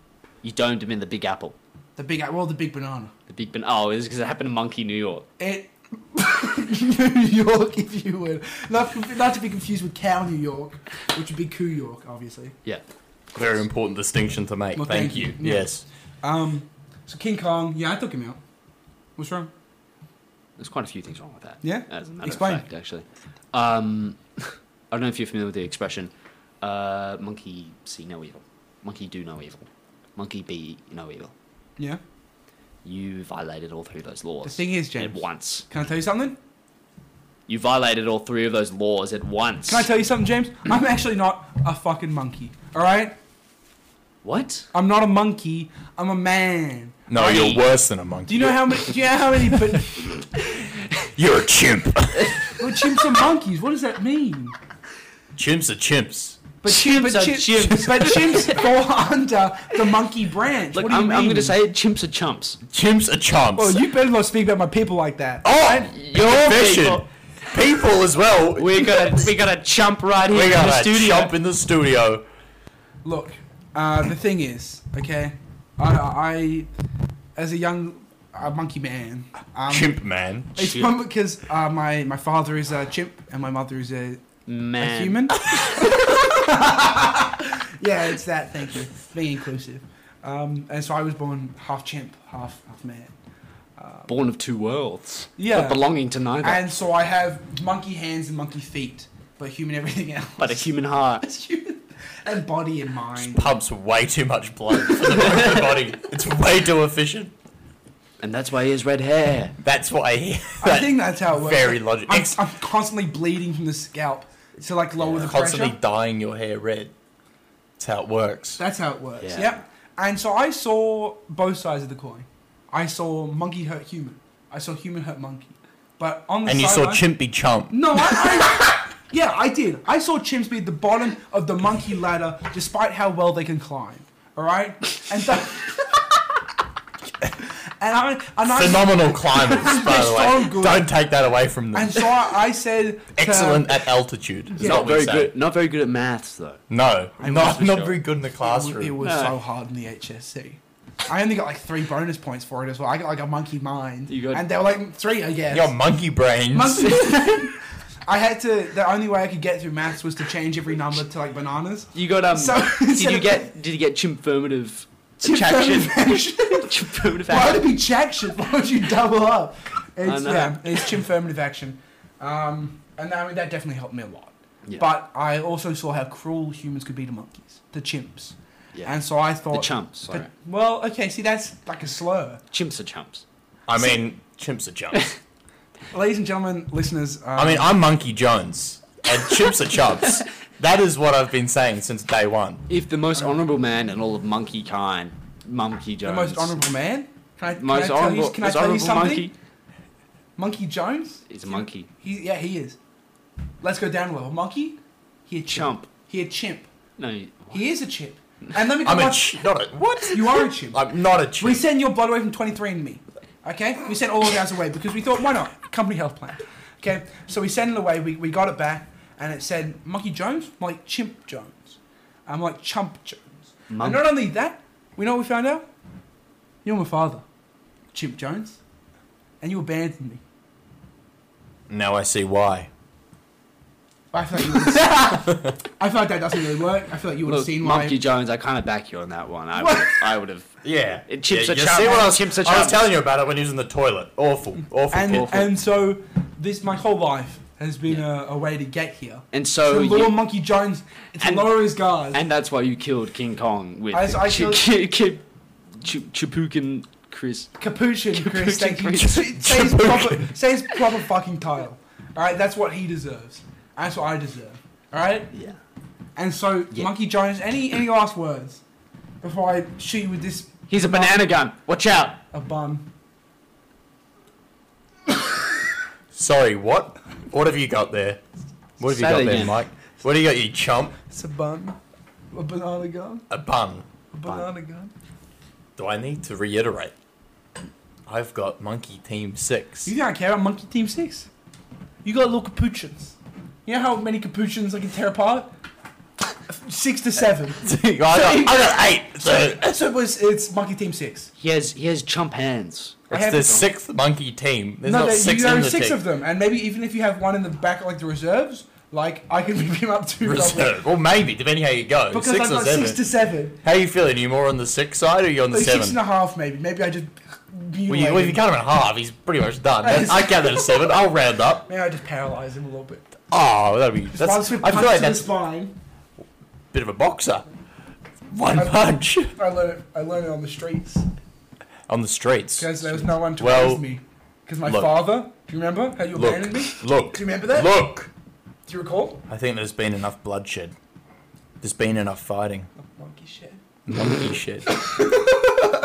B: You domed him in the Big Apple.
D: The big well, the big banana.
B: The Big Ben. Oh, it was because it happened in Monkey, New York.
D: It (laughs) New York, if you would, not conf- not to be confused with Cow New York, which would be Coo York, obviously.
B: Yeah.
C: Very important distinction to make.
D: Well,
C: thank,
D: thank
C: you.
D: you. Yeah.
C: Yes.
D: Um, so King Kong, yeah, I took him out. What's wrong?
B: There's quite a few things wrong with that.
D: Yeah?
B: As a matter
D: Explain.
B: of fact, actually. Um, (laughs) I don't know if you're familiar with the expression uh, monkey see no evil, monkey do no evil, monkey be no evil.
D: Yeah.
B: You violated all three of those laws.
D: The thing is, James,
B: At once.
D: can I tell you something?
B: You violated all three of those laws at once.
D: Can I tell you something, James? I'm actually not a fucking monkey. All right,
B: What?
D: I'm not a monkey. I'm a man.
C: No,
B: Hey.
C: you're worse than a
D: Do
C: monkey.
D: you know how many? Do you know how (laughs) many? But
C: You're a chimp.
D: well, chimps are monkeys. What does that mean?
C: Chimps are chimps.
D: But
B: Chimps
D: but
B: are
D: chim-
B: chimps.
D: But chimps fall (laughs) under the monkey branch.
B: Look,
D: what do you
B: I'm,
D: mean?
B: I'm going to say it, chimps are
D: (laughs)
B: chumps.
C: Chimps are chumps.
D: Well, you better not speak about my people like that.
C: oh,
B: Your
C: confession. People as well. We,
B: We
C: (laughs)
B: got a, we got a chump right here in
C: got
B: the
C: a
B: studio.
C: chump in the studio.
D: Look, uh, the thing is, okay, I, I as a young uh, monkey man, um,
C: Chimp man.
D: It's
B: Shit.
D: fun because uh, my my father is a chimp and my mother is a, a
B: Man.
C: (laughs)
D: human. (laughs) yeah, it's that. Thank you, being inclusive. Um, and so I was born half chimp, half half man.
B: Born of two worlds.
D: Yeah.
B: But belonging to neither.
D: And so I have monkey hands and monkey feet, but human everything (laughs) else.
B: but a human heart.
D: human and body and mind.
C: Pumps way too much blood for the rest of the (laughs) body. It's way too efficient.
B: And that's why he has red hair.
C: That's why he.
D: I think that's how it works.
C: very logical.
D: I'm,
C: Ex-
D: I'm constantly bleeding from the scalp to like lower the
C: constantly
D: pressure.
C: dyeing your hair red. That's how it works.
D: That's how it works.
B: Yeah.
D: Yep. And so I saw both sides of the coin. I saw monkey hurt human. I saw human hurt monkey. But on the
C: And you saw
D: sideline-
C: Chimp be Chump.
D: No, I, I yeah, I did. I saw chimps be at the bottom of the monkey ladder, despite how well they can climb. All right, and that, (laughs) and I and I
C: Phenomenal
D: (laughs)
C: climbers, by the
D: so
C: way.
D: good.
C: Don't take that away from them.
D: and so I, I said, to-
C: Excellent at altitude. is
D: Yeah.
C: what
G: Not
C: we
G: very
C: say.
G: good. Not very good at maths though.
C: No, not,
G: was
C: not
G: sure.
C: very good in the
D: It was,
C: classroom.
D: it was
G: No.
D: so hard in the HSC. I only got like three bonus points for it as well. I got like a monkey mind,
G: You got-
D: and they were like three, I guess. (laughs)
C: Your monkey brains.
D: Monkey. I had to. The only way I could get through maths was to change every number to like bananas.
G: You got um.
D: So-
G: did
D: so-
G: you get? Did you get chimpermative?
D: Chimpermative
G: attraction? Chimpermative
D: (laughs) Why would
G: action.
D: it be jack shit? Why would you double up? It's,
G: know.
D: yeah, it's chinfirmative action. Um, and I mean, that definitely helped me a lot.
G: Yeah.
D: But I also saw how cruel humans could be to monkeys, to chimps.
G: Yeah.
D: And so I thought.
G: The chumps.
D: but-
G: Sorry.
D: well, okay, see, that's like a slur.
G: Chimps are chumps.
C: I mean, chimps
D: (laughs)
C: are chumps.
D: Ladies and gentlemen, listeners. Um,
C: I mean, I'm Monkey Jones, and chimps
D: (laughs)
C: are chumps. That is what I've been saying since day one.
G: If the most honourable man in all of monkey kind, Monkey
D: the
G: Jones.
D: most honourable man. Can I, can
G: Most
D: I tell
G: honourable.
D: you, can I
G: most
D: tell you
G: honourable
D: something?
G: monkey
D: Monkey, Jones?
G: is a monkey.
D: He, yeah, he is. Let's go down a level. Monkey? He a chimp.
G: Chump.
D: He a chimp.
G: No. you-
D: He is a chimp. And let me go
C: I'm a
D: watch-
C: ch- not a what?
D: You are a chimp.
C: I'm not a
D: We
C: chimp.
D: send your blood away from 23 and me. Okay? We sent all of ours away because we thought, why not? Company health plan. Okay? So we sent it away. We, we got it back and it said, Monkey Jones? I'm like Chimp Jones. I'm like Chump Jones.
G: Monk.
D: And not only that, we know what we found out? You're my father, Chimp Jones. And you abandoned me.
C: Now I see why.
D: I feel like, you
G: (laughs)
D: would've- (laughs) I feel like that doesn't really work. I feel like you would have
G: Look,
D: seen why.
G: Monkey Jones, I kind of back you on that one. I would. I would have.
C: Yeah.
G: It- chimps
C: yeah,
G: are
C: you
G: chumps.
C: See what I was,
G: Chimps are
C: I was
G: chumps.
C: telling you about it when he was in the toilet. Awful, awful.
D: and
C: kid.
D: and so this my whole life has been a, a way to get here.
G: And so
D: to lure
G: Oh, you-
D: Monkey Jones to
G: and-
D: lower his guard.
G: And that's why you killed King Kong with
D: I- I
G: Ch-
D: killed-
G: Ch- Ch- Ch- Chapukin Chris.
D: Capuchin, Chris,
G: Capuchin
D: thank you.
G: Chris.
D: Say say his proper, say his proper fucking title. All right, that's what he deserves. That's what I deserve. All right.
G: Yeah.
D: And so,
G: Yeah.
D: Monkey Jones, any any last words before I shoot you with this
G: He's a banana gun. Watch out.
D: a bun?
C: Sorry, what? What have you got there? What have
G: Say
C: you got
G: it
C: there,
G: again.
C: Mike? What do you got, you chump?
D: It's a bun. A banana gun.
C: A bun.
D: A banana gun.
C: Do I need to reiterate? I've got Monkey Team
D: (laughs)
C: Six.
D: You don't care about Monkey Team Six. You got little capuchins. You know how many capuchins I can tear apart? Six
G: (laughs)
D: to seven.
C: (laughs) I, got, I got eight.
D: (laughs)
C: So
D: so it was, it's Monkey Team Six.
G: He has he has chump hands.
D: I
C: it's
D: have
C: the
D: it.
C: sixth Monkey Team. There's
D: no,
C: not
D: there,
C: six
D: you
C: in
D: know
C: the
D: six
C: team.
D: of them, and maybe even if you have one in the back, like the reserves, like I can (laughs) move him up to double.
C: Reserve. Well, maybe depending how you go.
D: because
C: six
D: I've
C: or
D: got
C: seven.
D: six to seven,
C: How you feeling? Are you more on the six side or are you on the
D: like
C: seven?
D: six and a half, maybe. Maybe I just
C: Well, you, well, if
D: mutilate
C: you
D: him.
C: cut him in half, he's pretty much done. That- I count that as seven. I'll round up.
D: Maybe I just paralyze him a little bit.
C: Oh, that'd be.
D: Just one
C: That's, I
D: swift
C: feel
D: punch to
C: like
D: the
C: that's a
D: spine.
C: bit of a boxer. One punch (laughs)
D: I learned it. I learned it on the streets
C: on the streets.
D: because there was no one to
C: Well,
D: raise me. Because my
C: look.
D: father. Do you remember how you
C: Look.
D: abandoned me?
C: Look.
D: Do you remember that?
C: Look.
D: Do you recall?
C: I think there's been enough bloodshed. There's been enough fighting.
D: Monkey shit. (laughs)
C: Monkey shit.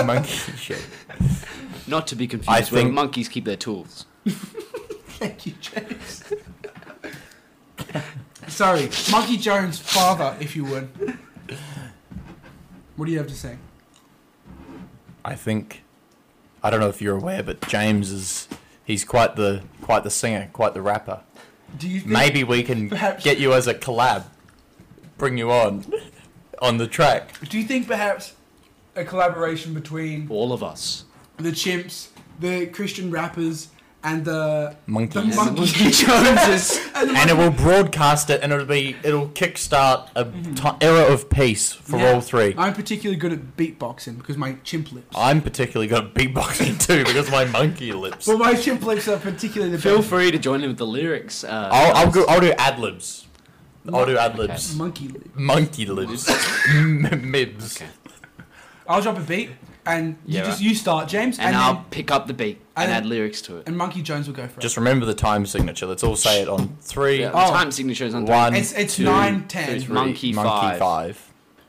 C: Monkey shit.
G: Not to be confused
C: I
G: where
C: think-
G: monkeys keep their tools.
D: Thank you, James. Sorry, Monkey Jones' father, if you would. What do you have to say?
C: I think. I don't know if you're aware, but James is. He's quite the quite the singer, quite the rapper.
D: Do you think
C: Maybe we can
D: Perhaps-
C: get you as a collab. Bring you on, on the track.
D: Do you think perhaps a collaboration between
G: All of us.
D: the chimps, the Christian rappers, and the
C: Monkeys.
D: the
C: And the
D: monkey
G: Monkey Jones is
D: (laughs) and the
C: and it will broadcast it, and it'll be it'll kickstart a ti era of peace for
D: Mm-hmm. Yeah.
C: all three.
D: (laughs) I'm particularly good at beatboxing because my chimp lips.
C: I'm particularly good at beatboxing too because of my monkey lips.
D: Well, my chimp lips are particularly the
G: Feel
D: best.
G: free to join in with the lyrics. Uh,
C: I'll I'll, go, I'll do ad libs. I'll do ad libs.
D: monkey lip.
C: Monkey libs. (laughs) M- Mibs.
G: Okay.
D: I'll drop a beat, and you
G: Yeah,
D: just you start, James,
G: and,
D: and,
G: I'll
D: then,
G: pick up the beat and,
D: and then-
G: add lyrics to it.
D: and Monkey Jones will go for it.
C: Just remember the time signature. Let's all say it on three,
G: Yeah, the
D: Oh.
G: time signatures on
C: one,
D: It's- it's
C: Um, two,
D: nine, ten.
C: three.
G: Monkey
C: monkey
G: five.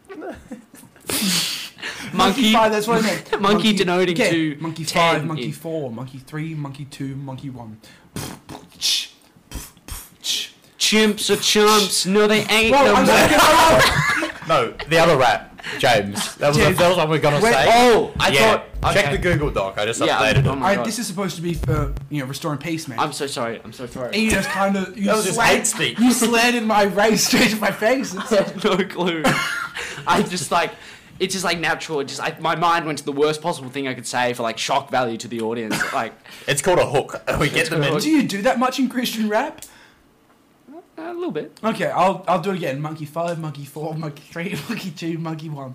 C: five.
G: monkey.
D: five. That's what I meant.
G: Monkey denoting to
D: Monkey
G: 10
D: five, monkey
G: in-
D: four, monkey three, monkey two, monkey one.
B: Chimps are chumps. No, they ain't.
D: Whoa,
B: no
D: I'm
B: more.
D: sorry,
C: No, the other rap, James. That was
D: James.
C: the first one we are gonna
D: Wait,
C: say.
B: oh, I
C: yeah.
B: thought-
C: Check
B: okay.
C: the Google Doc. I just
B: Yeah, I'm-
C: updated
B: oh
C: it.
B: my
D: I,
B: God.
D: this is supposed to be for you know restoring peace, man.
B: I'm so sorry. I'm so sorry.
D: and you just kind of you
C: That was just
D: slanted
C: hate
D: (laughs)
C: speech.
D: you slanted my race (laughs) straight in my
B: (laughs)
D: face.
B: I
D: It's-
B: have no clue. I just like it's just like natural. It just I, my mind went to the worst possible thing I could say for like shock value to the audience. Like
C: It's called a hook. (laughs) We get them in.
D: Do you do that much in Christian rap?
B: a little bit.
D: Okay, I'll I'll do it again. Monkey five, monkey four, monkey three, (laughs) monkey two, monkey one.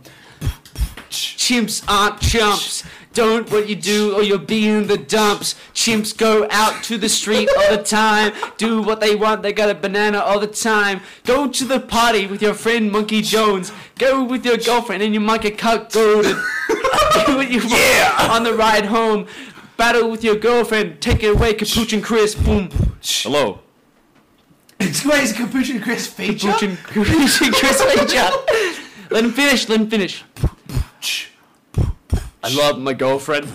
B: Chimps aren't chumps. Don't what you do or you'll be in the dumps. Chimps go out to the street all the time. Do what they want. They got a banana all the time. Go to the party with your friend Monkey Jones. Go with your girlfriend and your monkey cuck. Go to do what you want on the ride home. Battle with your girlfriend. Take it away, Capuchin Chris. Boom. Hello.
D: It's wait, is Capuchin Chris feature?
B: Capuchin, Capuchin Chris feature. Let him finish. Let him finish. I love my girlfriend.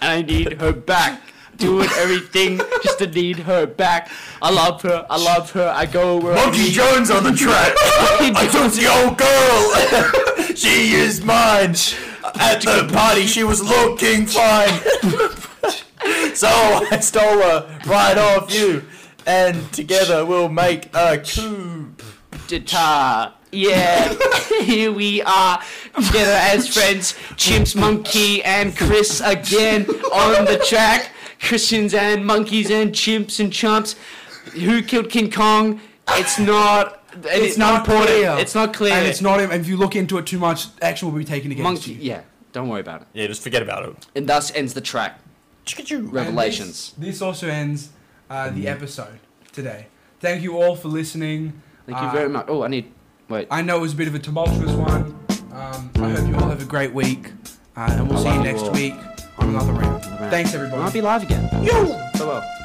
B: And I need her back. Doing everything just to need her back. I love her. I love her. I go where I
C: Monkey
B: need.
C: Jones on the track. (laughs) I took the old girl. (laughs) she is mine. At the party, she was looking fine. (laughs) so I stole her right off you, and together we'll make a coup.
B: Ta.
D: (laughs)
B: Yeah, here we are together as friends. Chimps, Monkey, and Chris again on the track. Christians and monkeys and chimps and chumps. Who killed King Kong? It's not. It's, not, important.
D: clear.
B: It's not clear.
D: And it's not him. If you look into it too much, action will be taken against
B: monkey.
D: you.
B: Yeah, don't worry about it.
C: Yeah, just forget about it.
B: And thus ends the track. Revelations. Mm-hmm.
D: This, this also ends uh, the episode today. Thank you all for listening.
B: Thank you
D: Uh,
B: very much. Oh, I need. Wait.
D: I know it was a bit of a tumultuous one. Um, I hope you all have a great week, uh, and we'll see you
B: love you
D: next
B: all.
D: week on another round. Thanks, everybody.
B: I might be live again. Oh well.